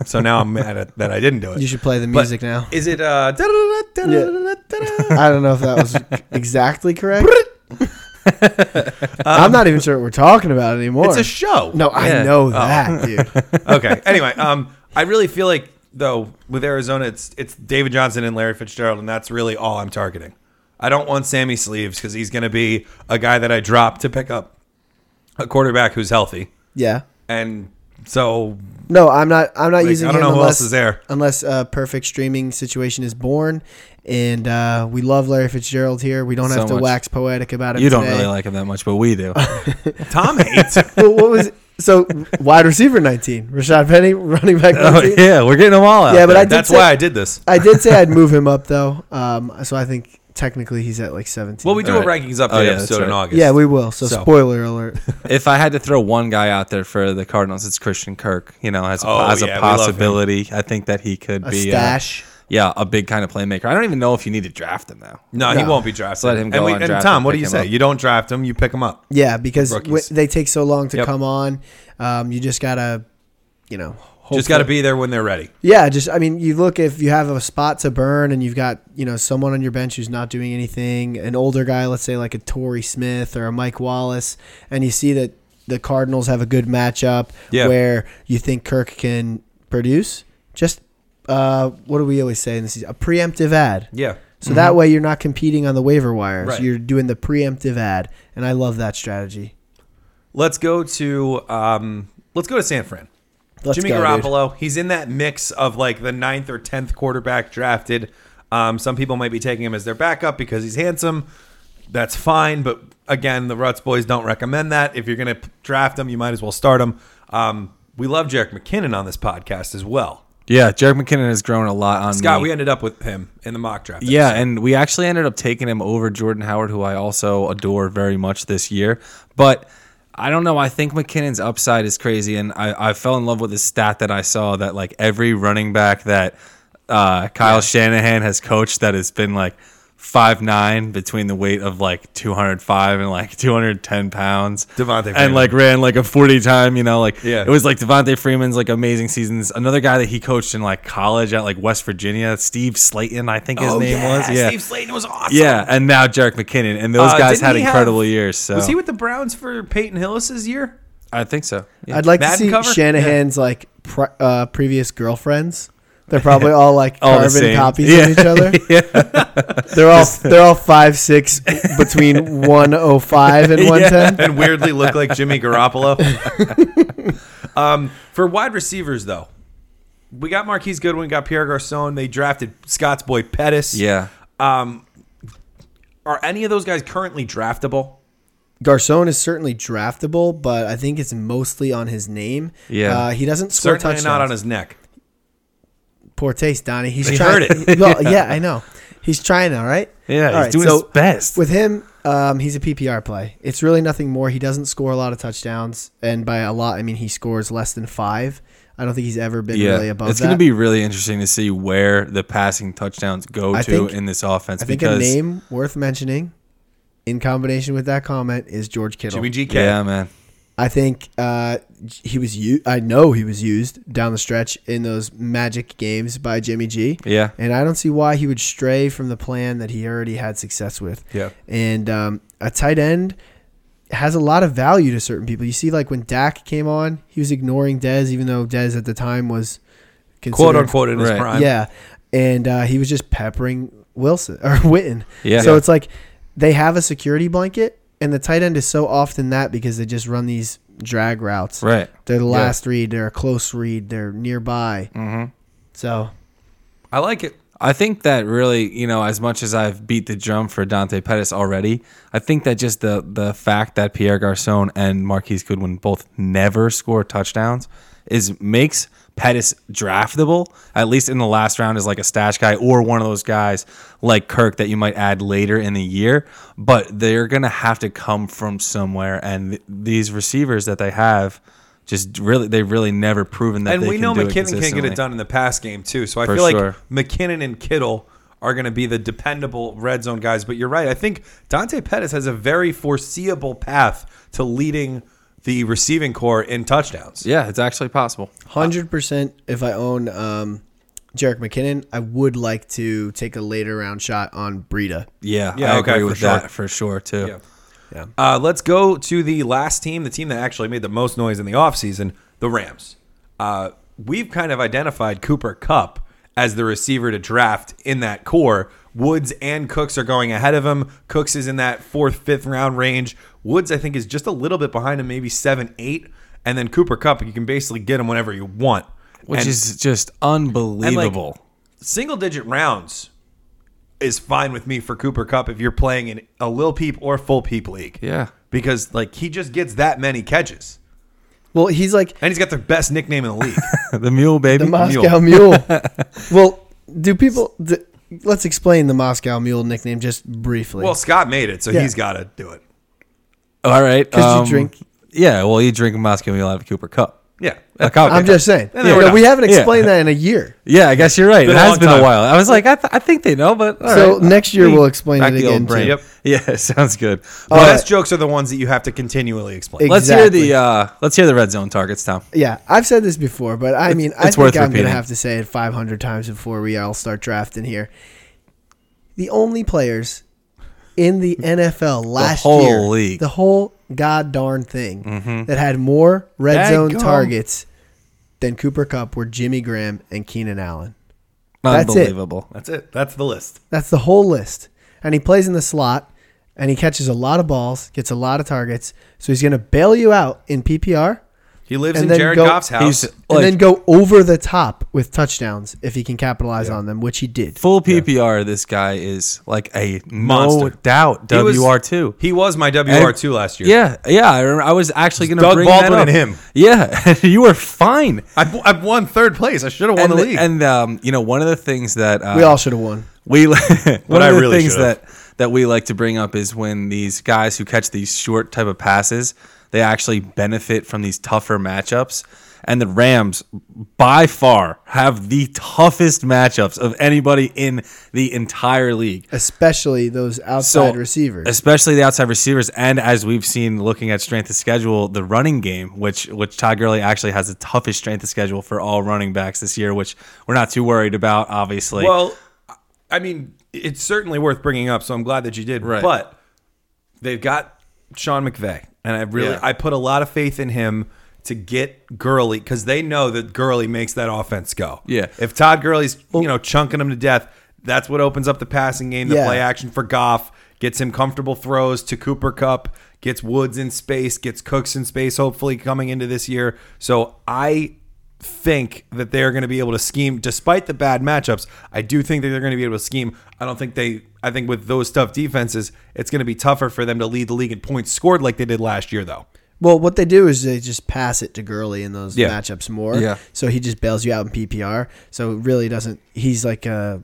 So now I'm mad at, that I didn't do it.
You should play the
But
music now.
Is it uh da-da-da-da-da-da-da-da-da?
I don't know if that was exactly correct. I'm not even sure what we're talking about anymore.
It's a show.
no, I
Yeah.
know that, dude.
Oh. <laughs> okay. Anyway, um, I really feel like though with Arizona, it's it's David Johnson and Larry Fitzgerald, and that's really all I'm targeting. I don't want Sammy Sleeves because he's going to be a guy that I drop to pick up a quarterback who's healthy,
Yeah.
and so
No, I'm not. I'm not
Like,
using.
I don't
him
know who else
unless,
is there.
Unless a perfect streaming situation is born, and uh, we love Larry Fitzgerald here. We don't
So
have to
much.
wax poetic about it.
you don't really like him that much, but we
<laughs>
do. <laughs>
<laughs>
Tom hates. him.
well, what was so wide receiver 19, Rashad Penny, <laughs> running back 19.
<laughs> oh, yeah. We're getting them all out.
Yeah, but
there.
I did
That's
say-
why I did this.
I did say I'd move him up though. Um, so I think technically he's at like 17.
Well, we do
All
a
right.
rankings update
Oh, yeah,
episode
that's right.
in August.
yeah, we will. So,
So.
spoiler
<laughs>
alert.
if I had to throw one guy out there for the Cardinals, it's Christian Kirk. You know, as a,
Oh,
as a
yeah, we love him.
possibility, I think that he could
A
be uh,
stash.
yeah, a big kind of playmaker. I don't even know if you need to draft him though.
No, he
No.
won't be drafted.
Let him go
and, we,
on
and
draft
Tom,
and
what do
pick
you
him
say?
up.
You don't draft him, you pick him up.
Yeah, because w-
Rookies.
they take so long to
Yep.
come on. Um, you just gotta, you know,
Just got to
hopefully-
be there when they're ready.
Yeah, just I mean, you look if you have a spot to burn and you've got you know someone on your bench who's not doing anything, an older guy, let's say like a Torrey Smith or a Mike Wallace, and you see that the Cardinals have a good matchup
Yeah.
where you think Kirk can produce. Just uh, what do we always say in this? season? A preemptive ad.
Yeah. Mm-hmm.
So that way you're not competing on the waiver wires.
Right.
You're doing the preemptive ad, and I love that strategy.
Let's go to um, let's go to San Fran.
Let's
Jimmy
go, dude.
Garoppolo, he's in that mix of like the ninth or tenth quarterback drafted. Um, some people might be taking him as their backup because he's handsome. That's fine, but again, the Ruts boys don't recommend that. If you're going to draft him, you might as well start him. Um, we love Jarek McKinnon on this podcast as well.
Yeah, Jarek McKinnon has grown a lot on
Scott,
me.
we ended up with him in the mock draft.
Yeah, and we actually ended up taking him over Jordan Howard, who I also adore very much this year. But I don't know. I think McKinnon's upside is crazy, and I, I fell in love with the stat that I saw that like every running back that uh, Kyle Shanahan has coached that has been like five nine between the weight of like two hundred five and like two hundred ten pounds.
Devontae Freeman.
and like ran like a forty time. You know, like
Yeah.
it was like Devontae Freeman's like amazing seasons. Another guy that he coached in like college at like West Virginia, Steve Slayton, I think his
Oh,
name was. Yeah.
Steve Slayton was awesome.
yeah, and now Jarek McKinnon, and those
Uh,
guys
didn't
had
he
incredible
have-
years. So
Was he with the Browns for Peyton Hillis's year?
I think so. Yeah.
I'd like to
Madden
see
cover?
Shanahan's like pre- uh, previous girlfriends. They're probably all like
All the
carbon
same.
copies
Yeah.
of each other. <laughs> They're all they're all five six between one oh five and one ten.
and weirdly look like Jimmy Garoppolo. <laughs> um, for wide receivers, though, we got Marquise Goodwin, got Pierre Garcon. They drafted Scott's boy Pettis.
yeah.
Um, are any of those guys currently draftable?
Garcon is certainly draftable, but I think it's mostly on his name.
Yeah.
uh, he doesn't score
Certainly
touchdowns.
not on his neck.
Poor taste, Donnie. He's
He
trying.
<laughs>
heard
<laughs> well, yeah, I know. He's trying, all right.
Yeah, he's
All right,
doing
so-
his best.
With him, um, he's a PPR play. It's really nothing more. He doesn't score a lot of touchdowns, and by a lot, I mean he scores less than five. I don't think he's ever been
yeah,
really above
it's
that.
going to be really interesting to see where the passing touchdowns go
I
to
think-
in this offense.
I think
because
a name worth mentioning, in combination with that comment, is George Kittle.
Jimmy GK.
yeah, man,
I think uh, he was. U- I know he was used down the stretch in those magic games by Jimmy G.
yeah,
And I don't see why he would stray from the plan that he already had success with.
Yeah.
And um, a tight end has a lot of value to certain people. You see, like when Dak came on, he was ignoring Dez, even though Dez at the time was considered,
Quote unquote in his
Right.
prime.
Yeah. And uh, he was just peppering Wilson or <laughs> Witten.
Yeah.
So
Yeah.
it's like they have a security blanket, and the tight end is so often that because they just run these drag routes.
right.
They're the
Yeah.
last read. They're a close read. They're nearby.
Mm-hmm.
So
I like it.
I think that really, you know, as much as I've beat the drum for Dante Pettis already, I think that just the the fact that Pierre Garcon and Marquise Goodwin both never score touchdowns is makes Pettis draftable, at least in the last round, as like a stash guy or one of those guys like Kirk that you might add later in the year. But they're gonna have to come from somewhere, and th- these receivers that they have just really they've really never proven that.
and
they
we
can
know
do it
McKinnon can get
consistently.
it done in the pass game too. So I
For
feel
sure.
like McKinnon and Kittle are going to be the dependable red zone guys. But you're right. I think Dante Pettis has a very foreseeable path to leading the receiving core in touchdowns.
Yeah, it's actually possible.
Hundred percent. If I own um, Jarek McKinnon, I would like to take a later round shot on Breida.
Yeah,
Yeah,
I
okay,
agree
for
with
sure.
that for sure too.
Yeah. Uh, let's go to the last team, the team that actually made the most noise in the offseason, the Rams. Uh, we've kind of identified Cooper Cup as the receiver to draft in that core. Woods and Cooks are going ahead of him. Cooks is in that fourth, fifth round range. Woods, I think, is just a little bit behind him, maybe seven, eight. And then Cooper Cup, you can basically get him whenever you want.
Which
And-
is just
and, like,
unbelievable.
<laughs> single digit rounds is fine with me for Cooper Cup if you're playing in a Lil Peep or Full Peep league.
Yeah.
Because like he just gets that many catches.
Well, he's like
And he's got the best nickname in the league.
the mule baby.
the Moscow Mule.
<laughs>
well, do people? d let's explain the Moscow Mule nickname just briefly.
well, Scott made it, so
Yeah.
he's got to do it.
All right. um,
'Cause you drink-
Yeah, well, you drink a Moscow mule out of a Cooper cup.
Yeah.
A cup.
I'm just saying.
then we're
No,
done.
we haven't
Yeah.
explained that
<laughs>
in a year.
Yeah, I guess you're right.
Been
It
a
has
long
been
time.
a while. I was like, I, th- I think they know, but all
So
right.
next year
Me.
we'll explain
Back
it
the old
again.
brain.
Too.
Yep.
Yeah, <laughs> sounds good.
The
But
best jokes are the ones that you have to continually explain.
Ex-
let's hear
Exactly.
the uh, let's hear the red zone targets, Tom.
Yeah, I've said this before, but I mean, I
it's
think
worth
I'm going to
repeating.
have to say it 500 times before we all start drafting here. The only players
<laughs>
in the NFL last
whole
year,
league.
the whole god darn thing that had more red
Dang
zone
gum.
targets than Cooper Cup were Jimmy Graham and Keenan Allen. That's it.
Unbelievable.
That's it. That's the list.
That's the whole list. And he plays in the slot and he catches a lot of balls, gets a lot of targets. So he's going to bail you out in PPR.
He lives
And
in
then
Jared
go-
Goff's house.
He's like
and then go over the top with touchdowns if he can capitalize on them, which he did.
full PPR. This guy is like a
Monster.
no doubt
He was-
WR two.
He was my WR two last year.
Yeah, yeah. I, remember, I was actually going to
Doug
bring
Baldwin
that up.
and him.
Yeah, <laughs> you were fine.
I, I won third place. I should have won
and,
the league.
and um, you know, one of the things that uh,
We all should have won.
we <laughs> one of
I
the
really
things
should've.
that that we like to bring up is when these guys who catch these short type of passes, they actually benefit from these tougher matchups. And the Rams, by far, have the toughest matchups of anybody in the entire league
especially those outside receivers.
especially the outside receivers, and as we've seen looking at strength of schedule, the running game, which which Todd Gurley actually has the toughest strength of schedule for all running backs this year, which we're not too worried about, obviously.
well, I mean, it's certainly worth bringing up. So I'm glad that you did.
Right.
But they've got Sean McVay, and I really
Yeah.
I put a lot of faith in him to get Gurley because they know that Gurley makes that offense go.
Yeah.
If Todd Gurley's you know chunking him to death, that's what opens up the passing game, the
Yeah.
play action for Goff, gets him comfortable throws to Cooper Cup, gets Woods in space, gets Cooks in space. Hopefully coming into this year, so I think that they're going to be able to scheme despite the bad matchups. I do think that they're going to be able to scheme. I don't think they I think with those tough defenses, it's going to be tougher for them to lead the league in points scored like they did last year though.
well, what they do is they just pass it to Gurley in those
Yeah.
matchups more.
Yeah.
So he just bails you out in PPR. So it really doesn't. He's like uh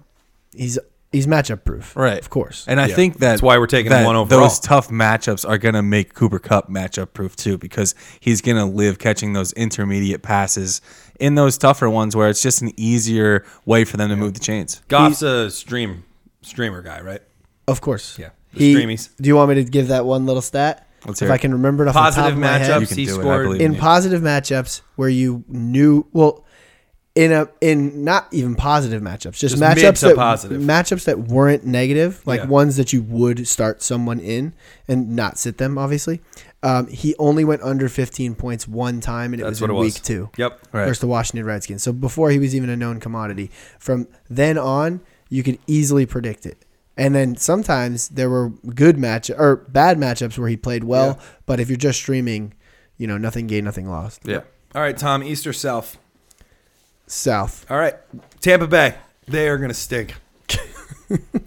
he's he's matchup proof.
right,
Of course.
And I
Yeah.
think that
That's why we're taking
that
one overall.
Those tough matchups are going to make Cooper Cup matchup proof too, because he's going to live catching those intermediate passes in those tougher ones where it's just an easier way for them to move the chains.
Goff's a stream streamer guy, right?
of course.
Yeah. The
He,
streamies.
Do you want me to give that one little stat?
Let's
if
hear
I
it.
can remember it off the top
Positive
of my head.
matchups
can
he
do it, I
scored.
believe.
in
Yeah.
positive matchups where you knew well in a in not even positive matchups just,
Just mid
matchups
to
that
positive.
matchups that weren't negative like
Yeah.
ones that you would start someone in and not sit them obviously um, he only went under 15 points one time and it
That's
was in
what it was.
week two
Yep.
Right.
versus the Washington Redskins so before he was even a known commodity from then on you could easily predict it and then sometimes there were good match or bad matchups where he played well but if you're just streaming you know nothing gained nothing lost
Yeah. All right, Tom, East or South?
South.
All right. Tampa Bay. They are going to stink.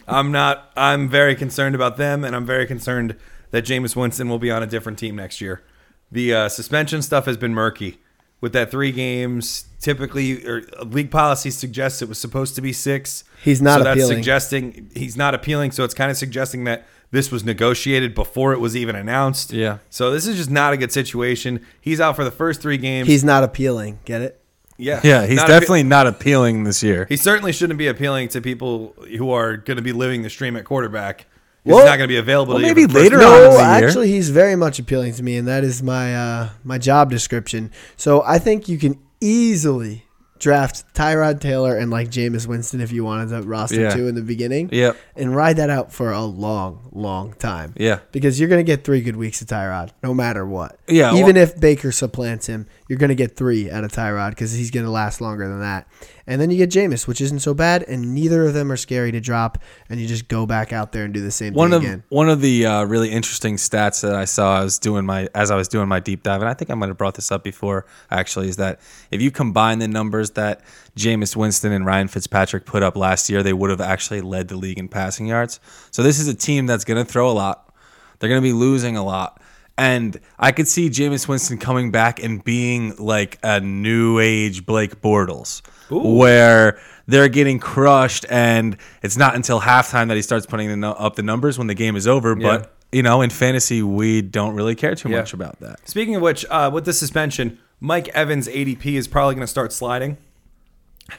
I'm not I'm very concerned about them and I'm very concerned that Jameis Winston will be on a different team next year. The uh, suspension stuff has been murky with that 3 games typically or uh, league policy suggests it was supposed to be 6.
He's not
so That's
appealing.
suggesting he's not appealing so it's kind of suggesting that this was negotiated before it was even announced.
Yeah.
So this is just not a good situation. He's out for the first 3 games.
He's not appealing. Get it?
yeah.
Yeah, he's
Not appeal-
definitely not appealing this year.
he certainly shouldn't be appealing to people who are going to be living the stream at quarterback. He's
Well-
not going to be available.
well,
to you
maybe
for the first-
later on in
No,
the year.
actually, he's very much appealing to me, and that is my uh, my job description. So I think you can easily draft Tyrod Taylor and like Jameis Winston if you wanted to roster
Yeah.
two in the beginning.
Yep.
And ride that out for a long, long time.
Yeah.
Because you're gonna get three good weeks of Tyrod, no matter what.
Yeah,
Even
well-
if Baker supplants him, you're gonna get three out of Tyrod because he's gonna last longer than that. And then you get Jameis, which isn't so bad, and neither of them are scary to drop, and you just go back out there and do the same
one
thing
of
again.
one of the uh, really interesting stats that I saw I was doing my as I was doing my deep dive, and I think I might have brought this up before actually, is that if you combine the numbers that Jameis Winston and Ryan Fitzpatrick put up last year, they would have actually led the league in passing yards. So this is a team that's going to throw a lot. They're going to be losing a lot. And I could see Jameis Winston coming back and being like a new age Blake Bortles, where they're getting crushed, and it's not until halftime that he starts putting the nu- up the numbers when the game is over. But you know, in fantasy, we don't really care too much about that.
Speaking of which, uh, with the suspension, Mike Evans' ADP is probably going to start sliding.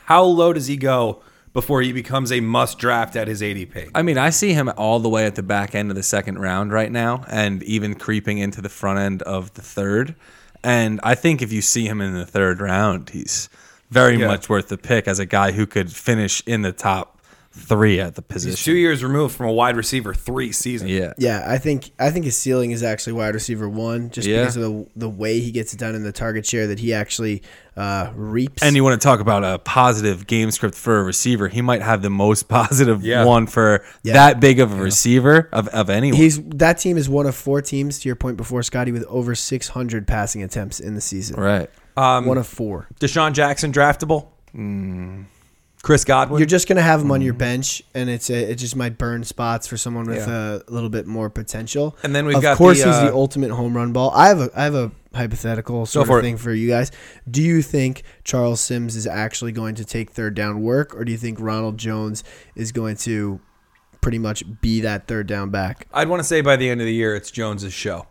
How low does he go before he becomes a must draft at his ADP?
I mean, I see him all the way at the back end of the second round right now, and even creeping into the front end of the third. And I think if you see him in the third round, he's very
Yeah.
much worth the pick as a guy who could finish in the top three at the
He's two
position.
years removed from a wide receiver three season.
Yeah.
Yeah, I think I think his ceiling is actually wide receiver one, just
Yeah.
because of the the way he gets it done and the target share that he actually uh, reaps.
And you want to talk about a positive game script for a receiver? He might have the most <laughs> positive
Yeah.
one for
Yeah.
that big of a receiver of, of anyone.
he's that team is one of four teams to your point before Scotty with over 600 passing attempts in the season.
right.
one of four.
Deshaun Jackson draftable.
Hmm.
Chris Godwin.
You're just gonna have him on your bench, and it's a, it just might burn spots for someone with a little bit more potential.
And then we've
of
got
course,
the,
he's the
uh,
ultimate home run ball. I have a I have a hypothetical sort
for
of
it.
thing for you guys. Do you think Charles Sims is actually going to take third down work, or do you think Ronald Jones is going to pretty much be that third down back?
I'd want to say by the end of the year, it's Jones's show.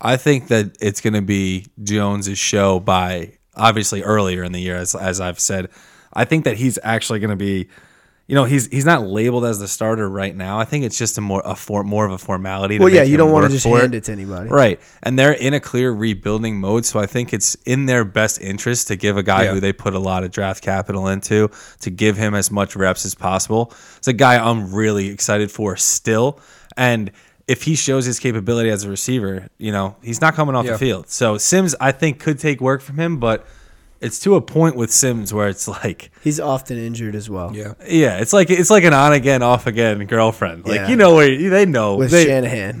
I think that it's going to be Jones's show by obviously earlier in the year, as as I've said. I think that he's actually going to be, you know, he's he's not labeled as the starter right now. I think it's just a more a for, more of a formality.
Well, yeah,
make
you
him
don't want
work
to just
for
hand it. to anybody.
Right. And they're in a clear rebuilding mode. So I think it's in their best interest to give a guy
Yeah.
who they put a lot of draft capital into to give him as much reps as possible. It's a guy I'm really excited for still. And if he shows his capability as a receiver, you know, he's not coming off
Yeah.
the field. So Sims, I think, could take work from him, but it's to a point with Sims where it's like,
He's often injured as well.
yeah, it's like it's like an on again, off again girlfriend. Like
Yeah.
you know where they know
with
they,
Shanahan.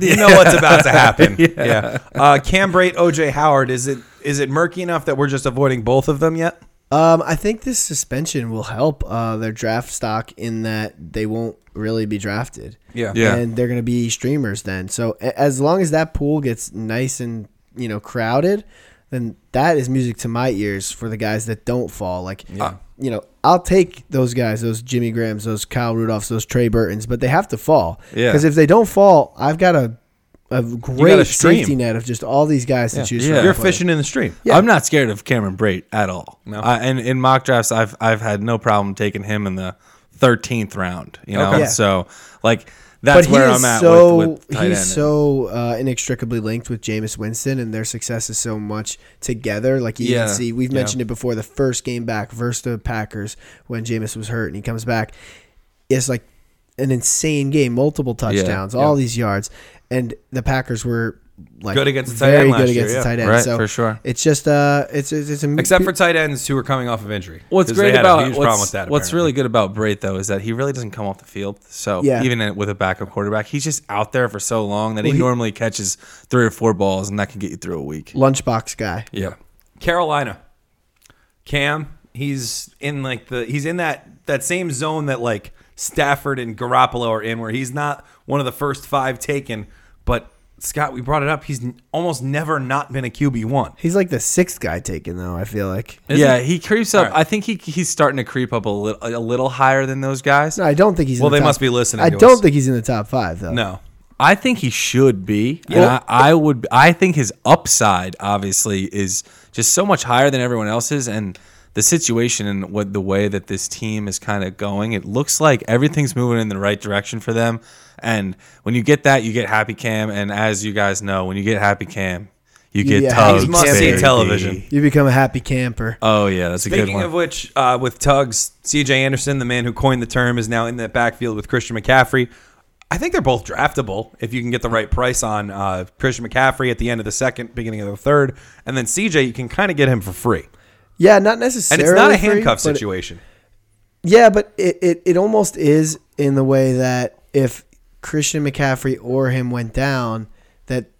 <laughs> You know what's about to happen. <laughs> yeah. Uh, Cam Brate, OJ Howard. Is it is it murky enough that we're just avoiding both of them yet?
Um, I think this suspension will help uh, their draft stock in that they won't really be drafted.
Yeah.
Yeah.
And they're going to be streamers then. So a- as long as that pool gets nice and, you know, crowded, then that is music to my ears for the guys that don't fall. Like, uh, you know, I'll take those guys, those Jimmy Grahams, those Kyle Rudolphs, those Trey Burtons, but they have to fall.
Yeah.
Because if they don't fall, I've got a, a great
stream.
safety net of just all these guys to choose
Yeah.
from.
You're
But-
fishing in the stream.
Yeah.
I'm not scared of Cameron Brate at all. No, I, and in mock drafts, I've I've had no problem taking him in the 13th round. You know,
Okay.
Yeah.
so like that's
he
where
is
I'm at
So,
with, with tight
he's
end.
so uh, inextricably linked with Jameis Winston, and their success is so much together. Like you
Yeah,
can see, we've
yeah.
mentioned it before. The first game back versus the Packers when Jameis was hurt, and he comes back, it's like an insane game, multiple touchdowns, all these yards, and the Packers were like
Good against the tight
very
end
good
last year,
against
yeah.
the tight end.
Right,
so
for sure.
it's just uh, it's it's, it's a
Except for tight ends who are coming off of injury.
What's
'Cause they
great
had a
about
huge
what's,
problem with that,
what's
apparently.
really good about Brate though is that he really doesn't come off the field. So
Yeah.
even in, with a backup quarterback, he's just out there for so long that
Well,
he,
he-
normally catches three or four balls, and that can get you through a week.
lunchbox guy.
Yeah,
Carolina. Cam, he's in like the he's in that that same zone that like Stafford and Garoppolo are in, where he's not one of the first five taken. But Scott, we brought it up. He's n- almost never not been a QB one.
He's like the sixth guy taken though. I feel like.
yeah, he creeps up.
All right.
I think he he's starting to creep up a little a little higher than those guys.
No, I don't think he's.
Well,
in the
they
top-
must be listening
I
to
don't
us.
think he's in the top five though.
No,
I think he should be. And
Well-
I, I would. I think his upside obviously is just so much higher than everyone else's, and the situation and what the way that this team is kind of going, it looks like everything's moving in the right direction for them. And when you get that, you get Happy Cam, and as you guys know, when you get Happy Cam, you get
Yeah,
Tugs.
he's must-see
baby.
television.
You become a happy camper.
Oh yeah, that's a good
Speaking
one.
of which, uh, with Tugs, CJ Anderson, the man who coined the term, is now in that backfield with Christian McCaffrey. I think they're both draftable if you can get the right price on uh, Christian McCaffrey at the end of the second, beginning of the third, and then CJ, you can kind of get him for free,
Yeah, not
and
necessarily.
it's not a
free,
handcuff
but-
situation.
Yeah, but it, it, it almost is in the way that if Christian McCaffrey or him went down, that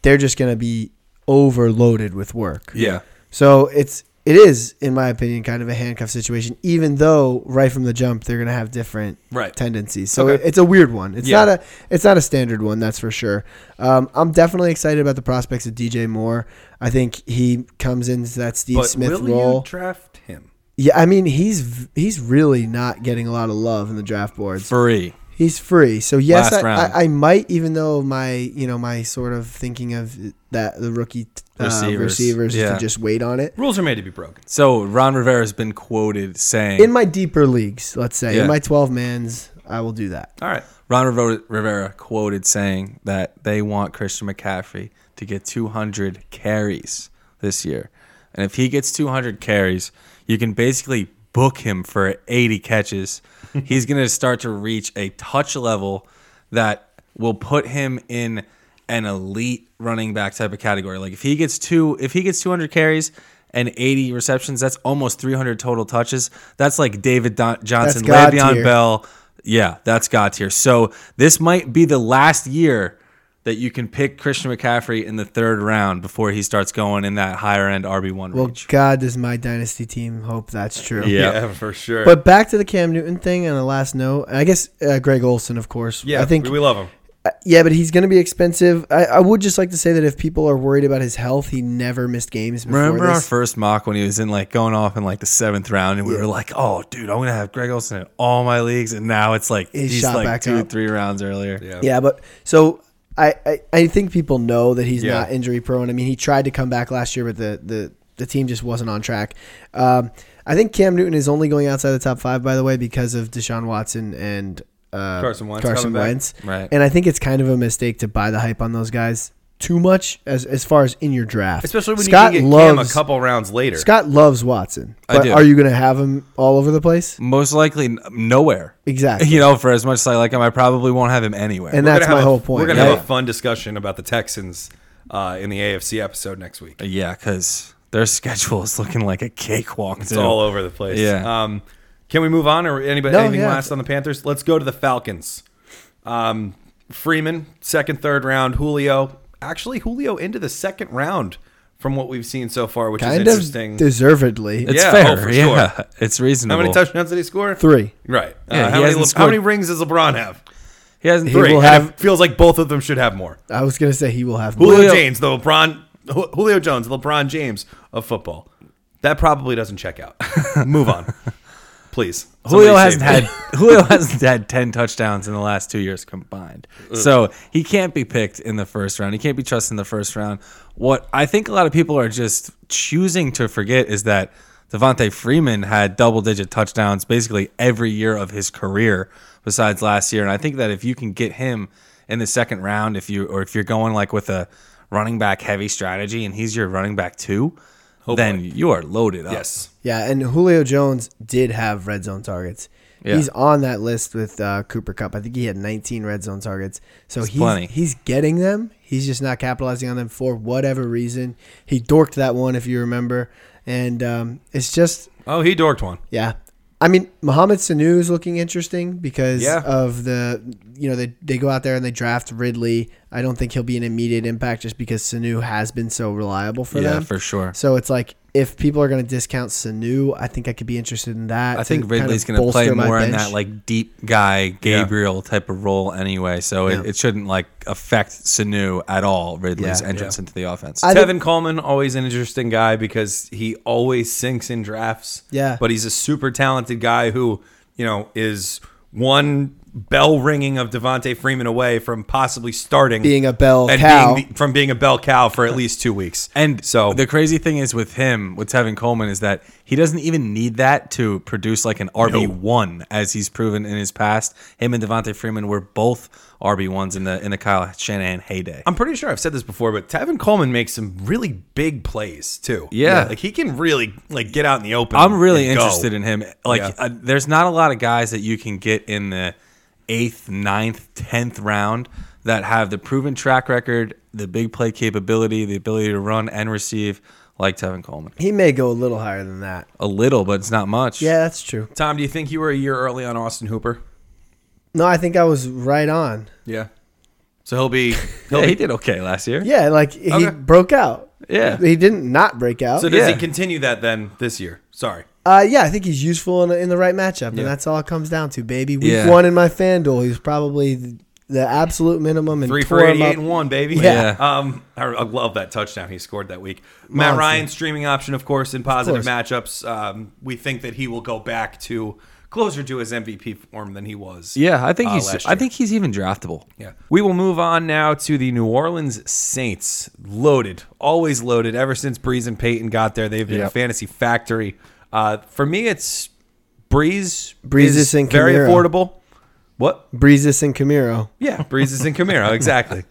they're just going to be overloaded with work.
yeah,
So it's it is, in my opinion, kind of a handcuff situation. Even though right from the jump they're going to have different
Right.
tendencies. So
Okay.
it- it's a weird one. It's
Yeah.
not a it's not a standard one, that's for sure. Um, I'm definitely excited about the prospects of DJ Moore. I think he comes into that Steve
But
Smith
will
role.
you draft him?
yeah, I mean he's v- he's really not getting a lot of love in the draft boards.
free.
He's free, so yes,
Last
I,
round.
I, I might. Even though my, you know, my sort of thinking of that the rookie uh,
Receivers.
receivers, is
Yeah.
to just wait on it.
Rules are made to be broken.
So Ron Rivera's been quoted saying,
in my deeper leagues, let's say
Yeah.
in my twelve mans, I will do that.
All right,
Ron Rivera, Rivera quoted saying that they want Christian McCaffrey to get 200 carries this year. And if he gets 200 carries, you can basically book him for 80
<laughs>
catches. He's going to start to reach a touch level that will put him in an elite running back type of category. Like if he gets two, if he gets 200 carries and 80 receptions, that's almost 300 total touches. That's like David Don- Johnson,
God
Le'Veon
tier.
Bell. Yeah, that's God tier. So this might be the last year that you can pick Christian McCaffrey in the third round before he starts going in that higher end RB one
Well,
range.
God, does my dynasty team hope that's true.
Yeah.
for sure.
But back to the Cam Newton thing and the last note. I guess uh, Greg Olson, of course.
yeah,
I think
we, we love him.
Uh, Yeah, but he's going to be expensive. I, I would just like to say that if people are worried about his health, he never missed games before
Remember our
this.
first mock when he was in like going off in like the seventh round, and we were like, "Oh, dude, I'm gonna have Greg Olson in all my leagues," and now it's like
He's
he's
shot
like
back
two,
up.
three rounds earlier.
Yeah.
yeah, but so I, I, I think people know that he's
Yeah.
not injury prone. I mean, he tried to come back last year, but the, the, the team just wasn't on track. Um, I think Cam Newton is only going outside the top five, by the way, because of Deshaun Watson and uh,
Carson Wentz
Carson
coming back.
Wentz.
Right.
And I think it's kind of a mistake to buy the hype on those guys too much as as far as in your draft.
Especially when
Scott
you can get Cam a
loves
couple rounds later.
Scott loves Watson.
I
But
do.
are you going to have him all over the place?
Most likely n- nowhere.
Exactly.
You know, for as much as I like him, I probably won't have him anywhere.
And
We're
that's
gonna
my
have a-
whole point.
We're gonna
right?
have a fun discussion about the Texans uh, in the AFC episode next week.
yeah, because their <laughs> schedule is looking like a cakewalk.
It's all over the place.
Yeah.
Um, can we move on or anybody
No,
anything
yeah.
last on the Panthers? Let's go to the Falcons. Um, Freeman, second, third round. Julio, actually Julio into the second round from what we've seen so far, which
kind
is interesting.
of deservedly
It's
Yeah, oh,
fair.
for
yeah, <laughs>
sure.
it's reasonable.
how many touchdowns did he score?
three.
Right. Uh,
Yeah, he
how, many,
hasn't
li- how
scored-
many rings does LeBron have?
He hasn't.
Three.
will
And
have-
it feels like both of them should have more.
I was going to say he will have
Julio,
more.
Julio-
James, the LeBron, Ju- Julio Jones, the LeBron James of football. That probably doesn't check
<laughs>
out. Move on, please.
Julio
Somebody
hasn't
save me.
had <laughs> Julio hasn't had ten touchdowns in the last two years combined. So he can't be picked in the first round. He can't be trusted in the first round. What I think a lot of people are just choosing to forget is that Devontae Freeman had double digit touchdowns basically every year of his career besides last year. And I think that if you can get him in the second round, if you or if you're going like with a running back heavy strategy and he's your running back two, then you are loaded up.
Oh, Yes.
Yeah, and Julio Jones did have red zone targets.
Yeah.
He's on that list with uh, Cooper Cup. I think he had 19 red zone targets. So he's
plenty.
he's getting them. He's just not capitalizing on them for whatever reason. He dorked that one, if you remember. And um, it's just
Oh, he dorked one.
Yeah. I mean, Mohamed Sanu is looking interesting because
Yeah.
of the, you know, they, they go out there and they draft Ridley. I don't think he'll be an immediate impact just because Sanu has been so reliable for
Yeah,
them.
for sure.
So it's like if people are going to discount Sanu, I think I could be interested in that.
I
to
think
kind of
Ridley's going to play
bolster my
more in
bench.
that like deep guy Gabriel type of role anyway, so it, it shouldn't like affect Sanu at all. Ridley's
Yeah.
entrance into the offense.
I
Tevin
think-
Coleman, always an interesting guy because he always sinks in drafts.
Yeah.
But he's a super talented guy who, you know, is one bell ringing of Devontae Freeman away from possibly starting
Being a bell
and
cow.
Being the, from being a bell cow for at least two weeks.
and
so
so the crazy thing is with him, with Tevin Coleman, is that he doesn't even need that to produce like an RB one, as he's proven in his past. Him and Devontae Freeman were both RB ones in the in the Kyle Shanahan heyday.
I'm pretty sure I've said this before, but Tevin Coleman makes some really big plays too.
Yeah.
like he can really like get out in the open.
I'm really
and go.
interested in him. Like,
Yeah.
uh, there's not a lot of guys that you can get in the eighth, ninth, tenth round that have the proven track record, the big play capability, the ability to run and receive, like Tevin Coleman.
he may go a little higher than that.
A little, but it's not much.
Yeah, that's true.
Tom, do you think you were a year early on Austin Hooper?
No, I think I was right on.
Yeah. So he'll be.
<laughs>
He'll
Yeah, he
be
did okay last year.
Yeah, like he
Okay.
broke out.
Yeah.
He didn't not break out.
so does
Yeah.
he continue that then this year? Sorry.
Uh, yeah, I think he's useful in, in the right matchup, and
Yeah.
that's all it comes down to, baby. Week
Yeah.
one in my FanDuel, he's probably the, the absolute minimum, and
Three
tore
for
him
eighty-eight
up.
and one, baby.
Yeah.
Um, I, I love that touchdown he scored that week. Matt
Monster.
Ryan streaming option, of course, in positive
course.
matchups. Um, we think that he will go back to closer to his MVP form than he was.
Yeah, I think
uh,
he's.
last
I
year.
think he's even draftable.
Yeah. We will move on now to the New Orleans Saints. Loaded, always loaded. Ever since Breeze and Peyton got there, they've been a
Yep.
fantasy factory. Uh, for me, it's Breeze.
Breeze
is
and
very
Kamara.
affordable. What?
Breezes and Camaro.
Yeah, <laughs> Breezes and Camaro. Exactly.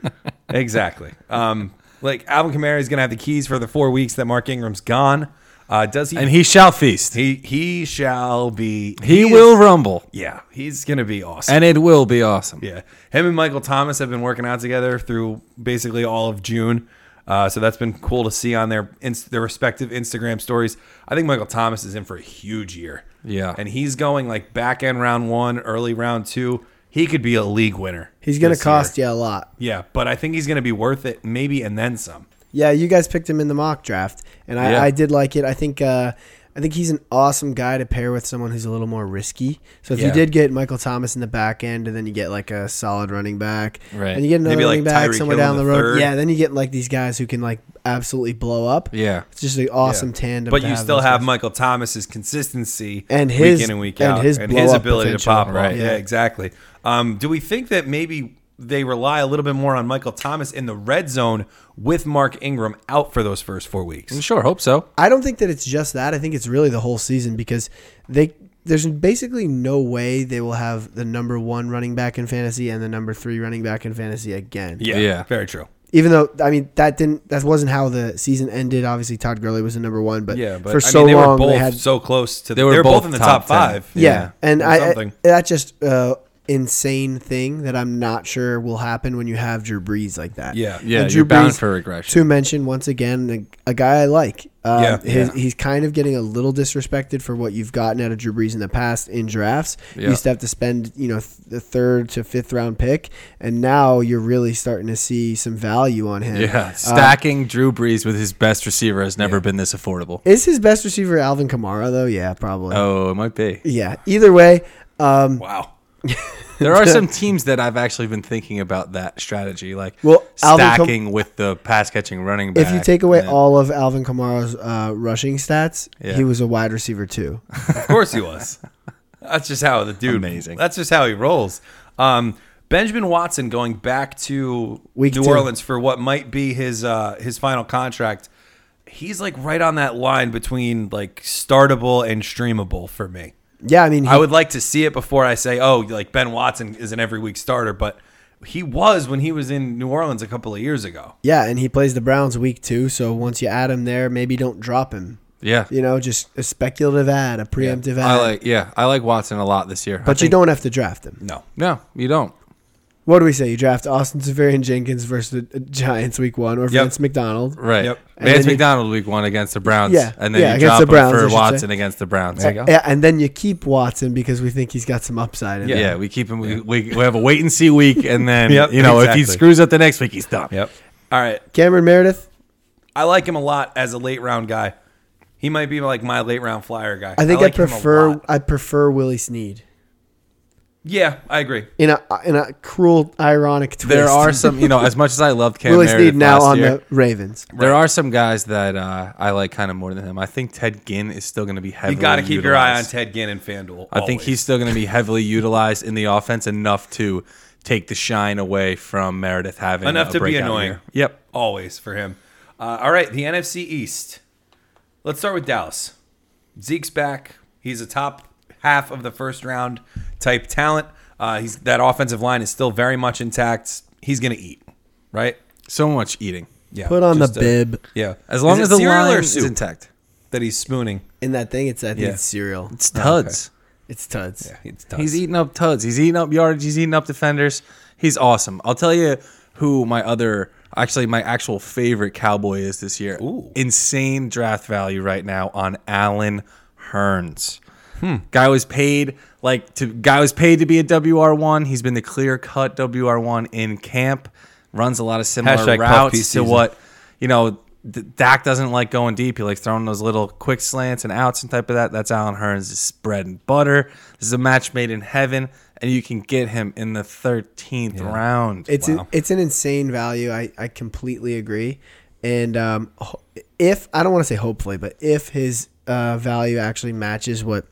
<laughs> exactly. Um, like Alvin Kamara is going to have the keys for the four weeks that Mark Ingram's gone. Uh, does he?
and he shall feast. He,
he he shall be. is-
will rumble,
Yeah, he's gonna be awesome.
and it will be awesome.
Yeah, him and Michael Thomas have been working out together through basically all of June, uh, so that's been cool to see on their ins- their respective Instagram stories. I think Michael Thomas is in for a huge year.
Yeah.
and he's going like back end round one, early round two. He could be a league winner.
He's going to
this year.
cost you a lot.
Yeah, but I think he's gonna be worth it, maybe and then some.
Yeah, you guys picked him in the mock draft, and I,
Yeah.
I did like it. I think uh, I think he's an awesome guy to pair with someone who's a little more risky. So if
Yeah.
you did get Michael Thomas in the back end, and then you get like a solid running back,
Right.
and you get another
Maybe, like,
running back
Tyreek
somewhere
Hill in
down the
the
road,
third.
yeah, then you get like these guys who can like absolutely blow up.
Yeah.
It's just an awesome tandem.
But
to
you still
those
have
guys.
Michael Thomas's consistency
And his-
week in and week
and
out,
his
and his
blow-up
ability to
potential.
pop right.
Right.
Yeah, exactly. Um, do we think that maybe they rely a little bit more on Michael Thomas in the red zone with Mark Ingram out for those first four
I'm
weeks?
sure. Hope so.
I don't think that it's just that. I think it's really the whole season because they there's basically no way they will have the number one running back in fantasy and the number three running back in fantasy again.
Yeah.
very true.
Even though I mean that didn't that wasn't how the season ended. Obviously Todd Gurley was the number one, but
Yeah, but
for
I
so
mean, they
long
were both
they had
so close to.
They were
they're both,
both
in the top,
top 10.
five.
yeah, and
Or
I,
something.
I- that's just uh insane thing that I'm not sure will happen when you have Drew Brees like that.
Yeah.
Yeah,
And
you're bound for regression.
To mention once again, a, a guy I like. Um,
Yeah.
his-
Yeah.
he's kind of getting a little disrespected for what you've gotten out of Drew Brees in the past in drafts. You
Yeah.
used to have to spend you know th- the third to fifth round pick, and now you're really starting to see some value on him.
Yeah,
Uh,
stacking Drew Brees with his best receiver has never been this affordable.
Is his best receiver Alvin Kamara though? Yeah, probably.
Oh, it might be.
Yeah. Either way, um,
Wow.
There are
<laughs>
some teams that I've actually been thinking about that strategy, like
Well, Alvin Kam-
stacking with the pass catching running back.
if you take away
and-
all of Alvin Kamara's uh, rushing stats,
Yeah.
he was a wide receiver too.
Of course he was. That's just how the dude.
Amazing.
That's just how he rolls. Um, Benjamin Watson going back to
Week
New
two.
Orleans for what might be his uh, his final contract. He's like right on that line between like startable and streamable for me.
Yeah, I mean, he,
I would like to see it before I say, oh, like Ben Watson is an every week starter, but he was when he was in New Orleans a couple of years ago.
yeah, and he plays the Browns week two. So once you add him there, maybe don't drop him.
yeah,
You know, just a speculative ad, a preemptive ad.
I like yeah, I like Watson a lot this year. I
but you
think-
don't have to draft him.
No.
No, you don't.
What do we say? You draft Austin Severian Jenkins versus the uh, Giants week one or Vance McDonald.
Right.
Yep.
And
Vance
then you-
McDonald week one against the Browns.
Yeah,
And then
yeah,
you
against
drop
the
him
Browns, I
for
should
Watson
say.
against the Browns.
Yeah, and then you keep Watson because we think he's got some upside. In
Yeah,
him.
we keep him. We, we, we have a wait and see week, and then
Yep,
you know if he
exactly.
screws up the next week, he's done.
Yep. All right.
Cameron Meredith.
I like him a lot as a late round guy. He might be like my late round flyer guy.
I think I,
like him a lot.
prefer I prefer Willie Sneed.
Yeah, I agree.
In a in a cruel, ironic twist.
There are
<laughs>
some, you know, as much as I loved Cam
Willie
Meredith
Sneed now
last
on
year,
the Ravens.
there are some guys that uh, I like kind of more than him. I think Ted Ginn is still going to be heavily.
You got to keep your eye on
utilized.
Ted Ginn and FanDuel.
I think
always.
he's still going to be heavily utilized in the offense enough to take the shine away from Meredith having
enough
a
to be
breakout
annoying.
year. Yep.
always for him. Uh, all right, the NFC East. Let's start with Dallas. Zeke's back. He's a top half of the first round type talent. Uh, he's that offensive line is still very much intact. He's gonna eat, right?
So much eating.
Yeah.
Put on the
just, uh,
bib.
yeah.
As long
Is
as
it
the
cereal
line
or
is
soup
intact,
that he's spooning.
In that thing, it's I think
Yeah.
it's cereal.
it's
Oh,
Tuds.
It's Tuds.
It's
He's eating up tuds. He's eating up yards. He's eating up defenders. He's awesome. I'll tell you who my other, actually my actual favorite Cowboy is this year.
Ooh.
Insane draft value right now on Allen Hearns.
Hmm.
Guy was paid like to guy was paid to be a WR one. He's been the clear cut WR one in camp. Runs a lot of similar
Hashtag puff
routes to
piece season.
what you know. D- Dak doesn't like going deep. He likes throwing those little quick slants and outs and type of that. That's Allen Hearns' bread and butter. This is a match made in heaven, and you can get him in the thirteenth round.
It's
Wow.
an, it's an insane value. I, I completely agree. And um, ho- if I don't want to say hopefully, but if his uh, value actually matches what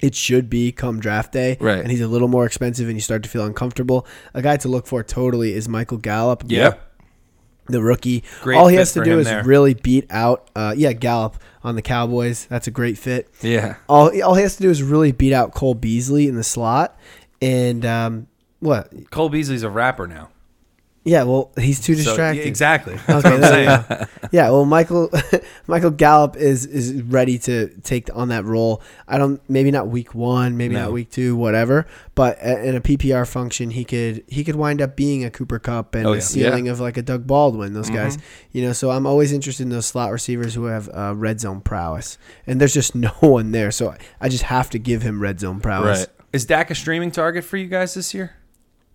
it should be come draft day,
Right.
and he's a little more expensive, and you start to feel uncomfortable, a guy to look for totally is Michael Gallup.
yeah.
the rookie.
Great
All he
fit
has to
for
do
him
is
there.
really beat out. Uh, yeah, Gallup on the Cowboys. That's a great fit.
yeah.
All all he has to do is really beat out Cole Beasley in the slot, and um, what
Cole Beasley's a rapper now.
Yeah, well, he's too
So,
distracted.
yeah, exactly. That's what
Okay,
I'm
there we
saying.
go. yeah, well, Michael <laughs> Michael Gallup is is ready to take on that role. I don't maybe not week one, maybe
No.
not week two, whatever. But a- in a PPR function, he could he could wind up being a Cooper Cup and
Oh,
a
yeah. Mm-hmm.
ceiling of like a Doug Baldwin, those guys. You know, so I'm always interested in those slot receivers who have uh, red zone prowess, and there's just <laughs> no one there, so I just have to give him red zone prowess.
Right.
Is Dak a streaming target for you guys this year?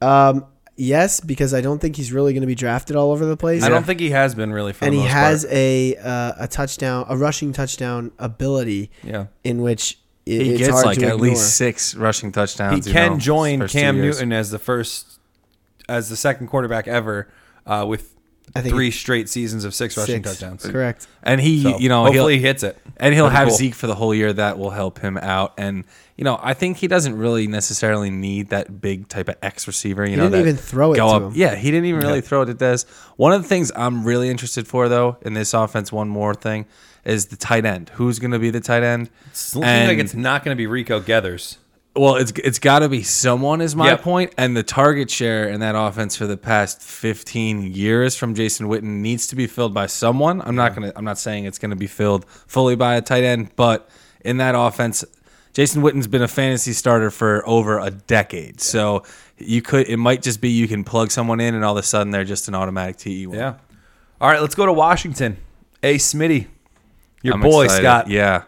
Um, yes, because I don't think he's really going to be drafted all over the place.
I don't think he has been really. For
and
the
he
most
has
part.
a uh, a touchdown, a rushing touchdown ability
Yeah.
in which it,
He
it's
gets
hard
like
to
at
ignore.
least six rushing touchdowns.
he
you
can
know,
join
first two
Cam
years.
Newton as the first, as the second quarterback ever uh, with
I think
three straight seasons of six rushing
six.
touchdowns.
Correct.
and he,
So,
you know, he'll,
hopefully he hits it.
and he'll
That'd be
have
cool.
Zeke for the whole year. That will help him out. And you know, I think he doesn't really necessarily need that big type of X receiver. You know,
didn't
that
even throw it
go
to
up-
him.
Yeah, he didn't even really throw it at Des. One of the things I'm really interested for though in this offense, one more thing, is the tight end. Who's going to be the tight end?
It's looking like it's not going to be Rico Gathers.
Well, it's it's got to be someone is my
Yep.
point, and the target share in that offense for the past 15 years from Jason Witten needs to be filled by someone. I'm not gonna I'm not saying it's gonna be filled fully by a tight end, but in that offense, Jason Witten's been a fantasy starter for over a decade, so you could it might just be you can plug someone in, and all of a sudden they're just an automatic E TE. one.
Yeah. All right, let's go to Washington. A Smitty, your
I'm
boy
excited.
Scott.
Yeah,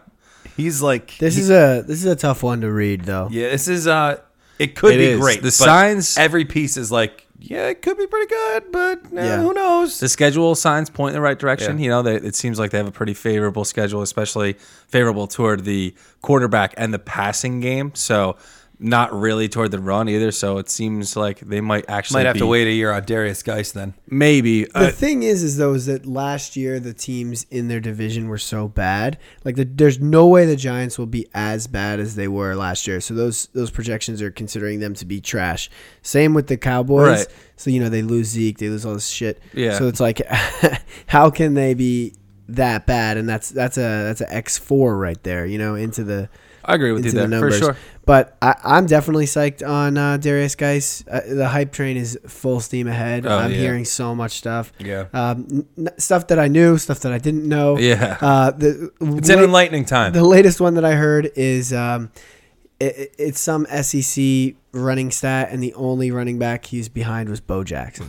He's like
This is a this is a tough one to read though.
Yeah, this is uh it could
It
be
is.
great.
The
but
signs-
every piece is like, yeah, it could be pretty good, but eh,
Yeah.
who knows?
the schedule signs point in the right direction.
Yeah.
You know, they, it seems like they have a pretty favorable schedule, especially favorable toward the quarterback and the passing game. So, not really toward the run either. So, it seems like they might actually
Might have
be-
to wait a year on Darius Geis then.
Maybe
The
uh,
thing is, is though, is that last year the teams in their division were so bad. Like, the, there's no way the Giants will be as bad as they were last year. So those those projections are considering them to be trash. Same with the Cowboys.
Right.
So you know they lose Zeke, they lose all this shit.
Yeah.
So it's like, <laughs> how can they be that bad? And that's that's a that's a X four right there. You know, into the
I agree with you
into the
there for
numbers.
sure.
But I, I'm definitely psyched on uh, Darius Geis. Uh, the hype train is full steam ahead.
Oh,
I'm
yeah.
hearing so much stuff.
Yeah.
Um, n- n- stuff that I knew, stuff that I didn't know.
Yeah. <laughs>
Uh, the
It's
la-
in enlightening time.
the latest one that I heard is um, it, it's some SEC running stat, and the only running back he's behind was Bo
<laughs>
Jackson.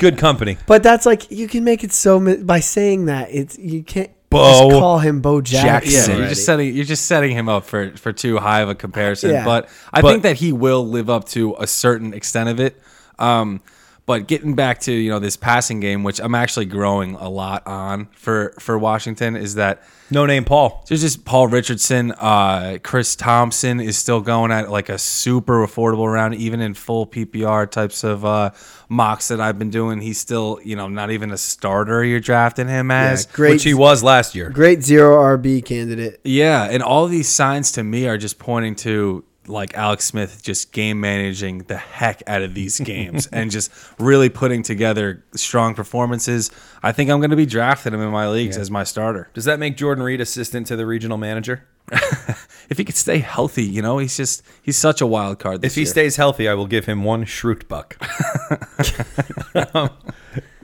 Good company.
but that's like you can make it so mi- by saying that it's you can't
Bo
just call him Bo Jackson.
Jackson.
Yeah, you're
already.
just setting you're just setting him up for for too high of a comparison.
Yeah.
But I
But-
think that he will live up to a certain extent of it. Um, but getting back to you know this passing game, which I'm actually growing a lot on for for Washington, is that
No name Paul.
there's just Paul Richardson, uh, Chris Thompson is still going at like a super affordable round, even in full PPR types of uh, mocks that I've been doing. He's still you know not even a starter. You're drafting him as
great,
Which he was last year.
great zero RB candidate.
yeah, and all these signs to me are just pointing to like Alex Smith just game managing the heck out of these
<laughs>
games and just really putting together strong performances. I think I'm going to be drafting him in my leagues as my starter. <laughs>
Does that make Jordan Reed assistant to the regional manager?
If he could stay healthy, you know, he's just he's such a wild card this
If he
year.
stays healthy, I will give him one Schrute buck. <laughs> Um,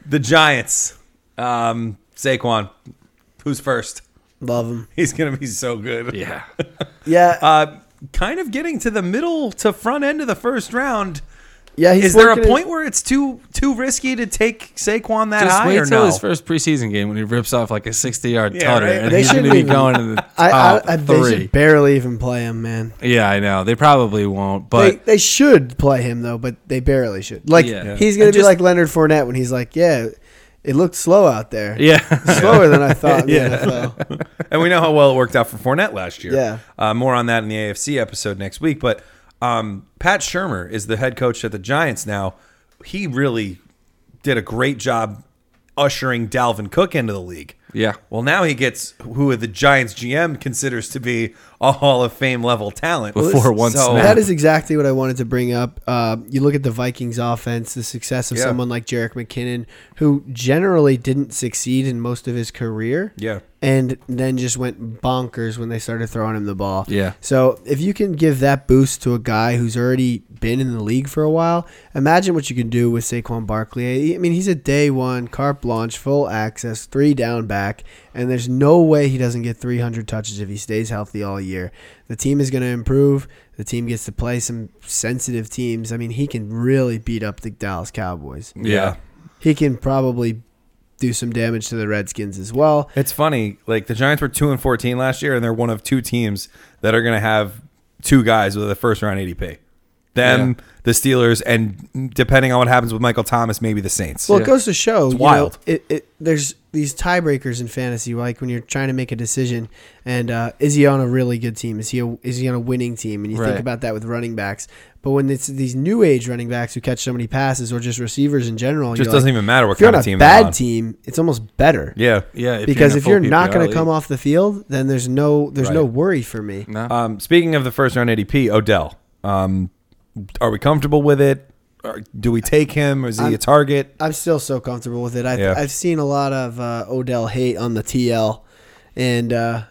the Giants. Um, Saquon. Who's first?
Love him.
He's gonna be so
<laughs>
good.
yeah.
Yeah,
Uh, kind of getting to the middle to front end of the first round.
yeah. He's
Is there a
working his-
point where it's too too risky to take Saquon that
Just
high
wait
or
till
no?
his first preseason game when he rips off like a 60-yard
Yeah,
cutter
right.
and
They
he's going to
shouldn't
be
even-
going to the top
<laughs> I, I, I they
three.
should barely even play him, man.
yeah, I know. They probably won't, but
they, they should play him though, but they barely should. Like
Yeah.
he's gonna
And
be
just-
like Leonard Fournette when he's like, yeah, it looked slow out there,
<laughs> yeah.
<laughs> slower than I thought. yeah,
<laughs>
and we know how well it worked out for Fournette last year.
Yeah.
Uh, more on that in the AFC episode next week. But um, Pat Shermer is the head coach at the Giants now. He really did a great job ushering Dalvin Cook into the league.
Yeah.
Well, now he gets who the Giants GM considers to be a Hall of Fame level talent
Before one snap.
that is exactly what I wanted to bring up. Uh, you look at the Vikings offense, the success of
Yeah.
someone like Jarek McKinnon, who generally didn't succeed in most of his career.
Yeah.
and then just went bonkers when they started throwing him the ball.
Yeah.
So if you can give that boost to a guy who's already been in the league for a while, imagine what you can do with Saquon Barkley. I mean, he's a day one, carte blanche, full access, three down back, and there's no way he doesn't get 300 touches if he stays healthy all year. The team is going to improve. The team gets to play some sensitive teams. I mean, he can really beat up the Dallas Cowboys.
Yeah.
He can probably do some damage to the Redskins as well.
It's funny, like the Giants were two and fourteen last year, and they're one of two teams that are going to have two guys with a first round ADP. Them, the Steelers, and depending on what happens with Michael Thomas, maybe the Saints.
Well,
Yeah.
it goes to show, you know,
wild.
it, it, there's these tiebreakers in fantasy, like when you're trying to make a decision, and uh, is he on a really good team? Is he a, is he on a winning team? And you
Right.
think about that with running backs. But when it's these new age running backs who catch so many passes, or just receivers in general,
just
you're
doesn't
like,
even matter what
if you're
kind
on
of
a
team they're on.
bad team, it's almost better
Yeah.
Yeah.
because if you're
in a full
not going
PPR
to come
league.
off the field, then there's no there's
Right.
no worry for me.
No.
Um, speaking of the first round ADP, Odell. Um, are we comfortable with it? Or do we take him? Is he a target?
I'm still so comfortable with it. I've,
Yeah.
I've seen a lot of uh, Odell hate on the TL, and uh,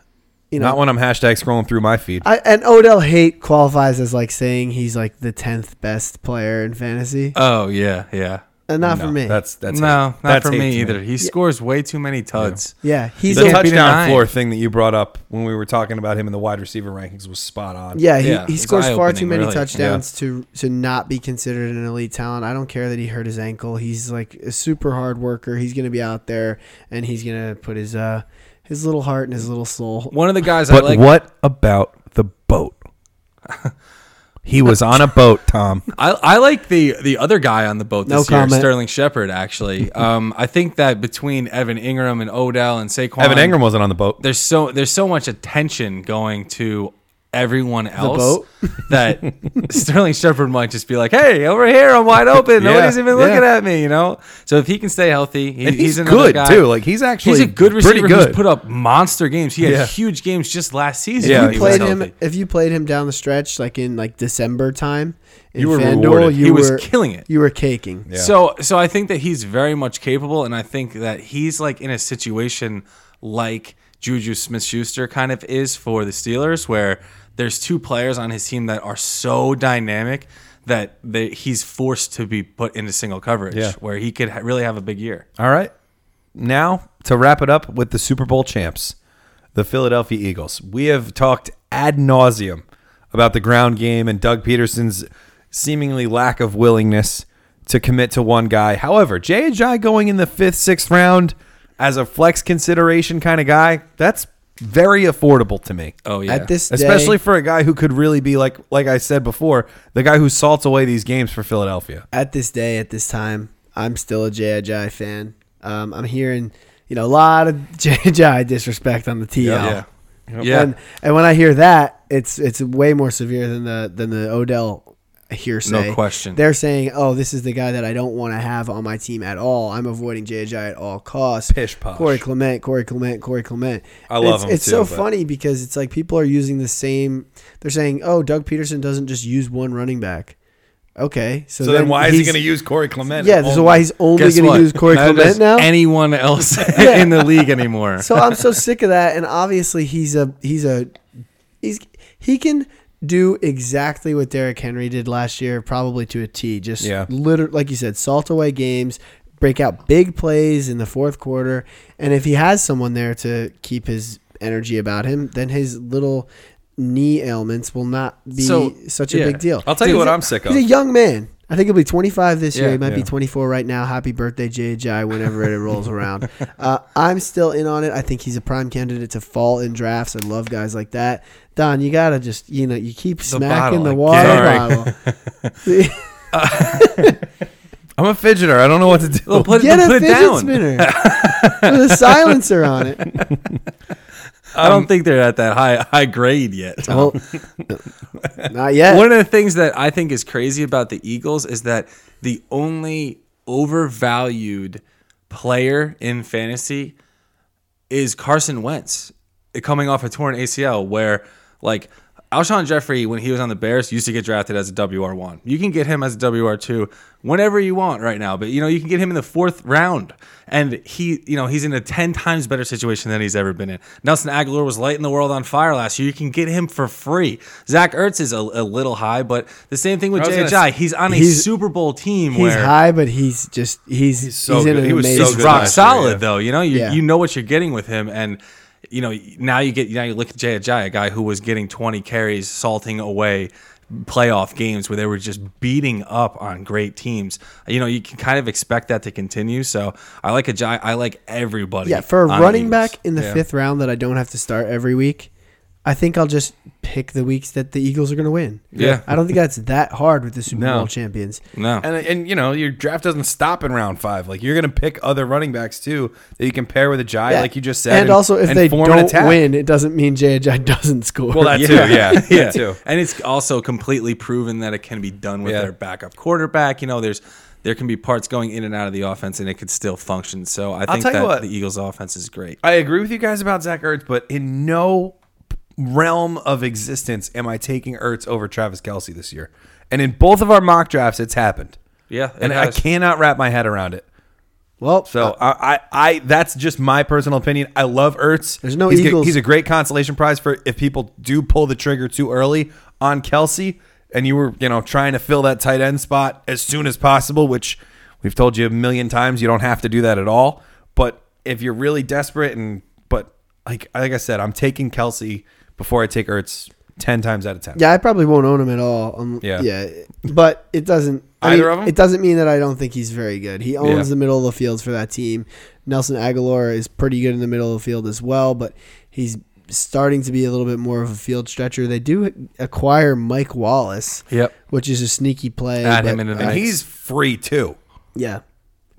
you know,
Not when I'm hashtag scrolling through my feed.
I, and Odell hate qualifies as like saying he's like the tenth best player in fantasy,
oh yeah, yeah.
and not
No,
for me.
That's that's
no,
hate.
not
That's
for
hate to
me either. He scores way too many tuds.
yeah, he's
the
a,
can't be
touchdown
denied.
floor thing that you brought up when we were talking about him in the wide receiver rankings was spot on.
yeah, he,
Yeah,
he
it's
scores far too
eye-opening,
many
really.
touchdowns to to not be considered an elite talent. I don't care that he hurt his ankle. He's like a super hard worker. He's gonna be out there and he's gonna put his uh his little heart and his little soul.
One of the guys
But
I like.
what about the
<laughs>
boat? he was on a boat, Tom.
I, I like the the other guy on the boat
No
this year,
comment.
Sterling Shepard.
<laughs>
Actually, um, I think that between Evan Ingram and Odell and Saquon,
Evan Ingram wasn't on the boat.
there's so there's so much attention going to everyone else
boat?
<laughs> that Sterling Shepard might just be like, "Hey, over here, I'm wide open.
Yeah,
Nobody's even
yeah.
looking at me." You know. So if he can stay healthy, he,
And
he's,
he's
another
good,
guy.
too. Like, he's actually
he's a good
pretty
receiver
good.
who's put up monster games. He had
Yeah.
huge games just last season.
Yeah,
when
If
he
you
was
played him
healthy.
if you played him down the stretch, like in like December time, in
You were
FanDuel,
rewarded.
you
He was
were
killing it.
You were caking.
Yeah.
So so I think that he's very much capable, and I think that he's like in a situation like Juju Smith Schuster kind of is for the Steelers, where there's two players on his team that are so dynamic that they, he's forced to be put into single coverage,
Yeah.
where he could ha- really have a big year.
All right. Now, to wrap it up with the Super Bowl champs, the Philadelphia Eagles. We have talked ad nauseum about the ground game and Doug Peterson's seemingly lack of willingness to commit to one guy. However, J.J. going in the fifth, sixth round as a flex consideration kind of guy, that's very affordable to me.
Oh yeah,
At this day,
Especially for a guy who could really be like, like I said before, the guy who salts away these games for Philadelphia.
at this day, at this time, I'm still a J.I.J. fan. Um, I'm hearing, you know, a lot of <laughs> J.I.J. disrespect on the TL.
yeah, yeah.
And, and when I hear that, it's it's way more severe than the than the Odell hearsay.
No question.
They're saying, "Oh, this is the guy that I don't want to have on my team at all. I'm avoiding JJ at all costs."
Pish posh.
Corey Clement, Corey Clement, Corey Clement.
I love
it's,
him
It's
too,
so
but-
funny because it's like people are using the same. They're saying, "Oh, Doug Peterson doesn't just use one running back." Okay, so,
So then, why is he
he's-
going to use Corey Clement?
Yeah, this is why he's only going to use Corey
Neither does
Clement now.
Anyone
<laughs>
else <laughs> in the league anymore?
so I'm so sick of that. And obviously, he's a he's a he's he can do exactly what Derrick Henry did last year, probably to a T. Just
Yeah.
liter- like you said, salt away games, break out big plays in the fourth quarter, and if he has someone there to keep his energy about him, then his little knee ailments will not be
So,
such a
yeah.
big deal.
I'll tell you
He's
what
a-
I'm sick of.
He's a young man. I think he'll be 25 this year.
Yeah,
He might be
yeah.
24 right now. Happy birthday, JJ, whenever it rolls around. Uh, I'm still in on it. I think he's a prime candidate to fall in drafts. I love guys like that. Don, you got to just, you know, you keep smacking
bottle
the
again.
water
Sorry.
bottle.
I'm a fidgeter. I don't know what to do.
Well, put,
<laughs> Get a
put it
fidget
down.
spinner with a silencer on it.
I
Um,
don't think they're at that high high grade yet.
Well, not yet.
One of the things that I think is crazy about the Eagles is that the only overvalued player in fantasy is Carson Wentz coming off a torn ACL where like Alshon Jeffrey, when he was on the Bears, used to get drafted as a WR one. You can get him as a WR two whenever you want right now, but you know you can get him in the fourth round, and he, you know, he's in a ten times better situation than he's ever been in. Nelson Aguilar was lighting the world on fire last year. You can get him for free. Zach Ertz is a, a little high, but the same thing with
I was gonna
JHI. He's on a
he's-
Super Bowl team.
He's
where
high, but he's just he's he's,
so
in
good.
an
He was so
amazing.
good
he's rock
last year,
solid
yeah.
though. You know, you
Yeah.
you know what you're getting with him, and you know now you get now you look at Jay Ajayi, a guy who was getting 20 carries, salting away playoff games where they were just beating up on great teams. You know, you can kind of expect that to continue. So I like Ajayi. I like everybody.
Yeah, for a
on the
running
Eagles.
back in the
Yeah.
fifth round that I don't have to start every week, I think I'll just pick the weeks that the Eagles are going to win.
Yeah.
I don't think that's that hard with the Super
No.
Bowl champions.
No,
<laughs>
<laughs>
And, and you know your draft doesn't stop in round five. Like you're gonna pick other running backs too that you can pair with a guy, like you just said.
and, also if they
form an
don't
attack.
win, it doesn't mean JJ doesn't score.
well
<laughs>
that too, <laughs> yeah, that too.
And it's also completely proven that it can be done with
Yeah.
their backup quarterback. You know, there's there can be parts going in and out of the offense, and it could still function. So I think
tell you
that
what.
the Eagles' offense is great.
I agree with you guys about Zach Ertz, but in no realm of existence am I taking Ertz over Travis Kelsey this year. And in both of our mock drafts, it's happened.
Yeah,
and
it
I
has.
cannot wrap my head around it.
well,
So I, I, I, that's just my personal opinion. I love Ertz.
There's no
he's
Eagles.
he's a great consolation prize for if people do pull the trigger too early on Kelsey, and you were, you know, trying to fill that tight end spot as soon as possible. Which we've told you a million times, you don't have to do that at all. But if you're really desperate, and but like, like I said, I'm taking Kelsey before I take Ertz ten times out of ten.
yeah, I probably won't own him at all. Um,
Yeah.
yeah. but it doesn't. I
Either
mean,
of 'em?
It doesn't mean that I don't think he's very good. He owns
Yeah.
the middle of the field for that team. Nelson Aguilar is pretty good in the middle of the field as well, but he's starting to be a little bit more of a field stretcher. They do acquire Mike Wallace,
Yep.
which is a sneaky play.
Add
but,
him into the
and
mix.
he's free too.
Yeah,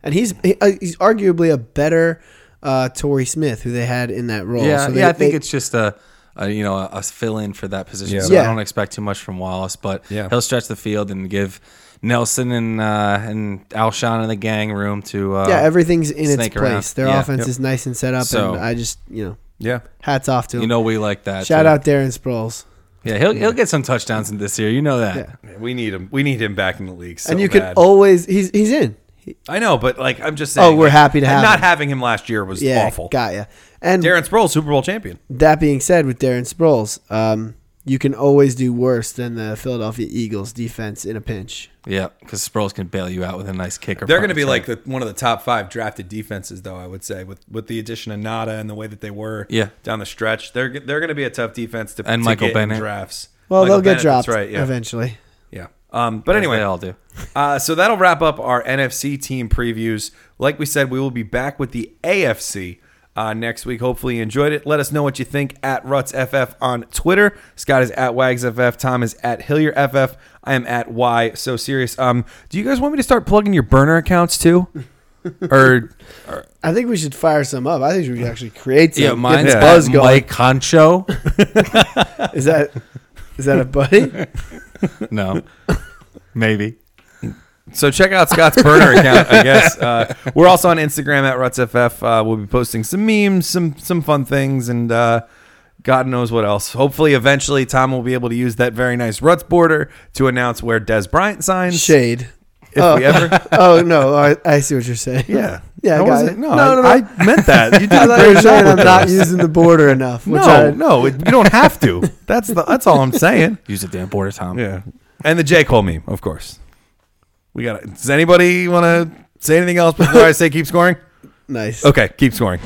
and he's he, uh, he's arguably a better uh, Torrey Smith, who they had in that role.
Yeah,
So they-
yeah. I think
they-
it's just a, a you know a, a fill in for that position.
Yeah.
So
Yeah.
I don't expect too much from Wallace, but
Yeah.
he'll stretch the field and give Nelson and uh, and Alshon and the gang room to uh,
yeah, everything's in its
snake around.
place. Their
Yeah.
offense
Yep.
is nice and set up,
So-
and I just you know
Yeah.
hats off to him.
you know we like that.
Shout
too.
out Darren Sproles.
Yeah, he'll he'll get some touchdowns in this year. You know that.
Yeah.
We need him. We need him back in the league. So
and you
bad.
can always he's he's in. He-
I know, but like I'm just saying.
Oh, we're happy to
and
have
not
him.
having him last year was
yeah,
awful.
got ya. And
Darren Sproles, Super Bowl champion.
that being said, with Darren Sproles, um, you can always do worse than the Philadelphia Eagles defense in a pinch.
Yeah, because Sproles can bail you out with a nice kicker.
They're going to be like the, one of the top five drafted defenses, though. I would say with with the addition of Nada and the way that they were
Yeah.
down the stretch, they're they're going to be a tough defense to
And
to
Michael
get in
Bennett.
drafts.
Well,
Michael
they'll get
Bennett,
dropped
That's right. Yeah.
eventually.
Yeah. Um, but anyway,
they all do.
Uh, so that'll wrap up our NFC team previews. Like we said, we will be back with the AFC uh, next week. Hopefully, you enjoyed it. Let us know what you think at RutsFF on Twitter. Scott is at WagsFF. Tom is at HillierFF. I am at Y So Serious. Um, do you guys want me to start plugging your burner accounts too? or
I think we should fire some up. I think we should actually create some.
Yeah, mine's
Get the
at
buzz going.
Mike Concho.
Is that is that
<laughs>
a buddy?
<laughs>
<laughs>
no, maybe.
So check out Scott's burner account, I guess. Uh, we're also on Instagram at RutsFF. Uh, we'll be posting some memes, some some fun things, and uh, God knows what else. Hopefully, eventually, Tom will be able to use that very nice Ruts border to announce where Des Bryant signs.
Shade.
If
oh.
we ever,
oh <laughs> no, I, I see what you're saying.
yeah,
Yeah, I
no,
got
was
it.
it? No,
No,
I-
no, no.
I meant that.
<laughs>
You did
I
a
thought you
great
were saying
job.
<laughs> I'm
with
not
<laughs> this.
using the border enough. Which
No,
I,
no, it- you don't have to. That's the, that's all I'm saying.
Use the damn border, Tom.
Yeah, and the J Cole meme, of course. We got. Does anybody want to say anything else before I say keep scoring?
Nice.
Okay, keep scoring.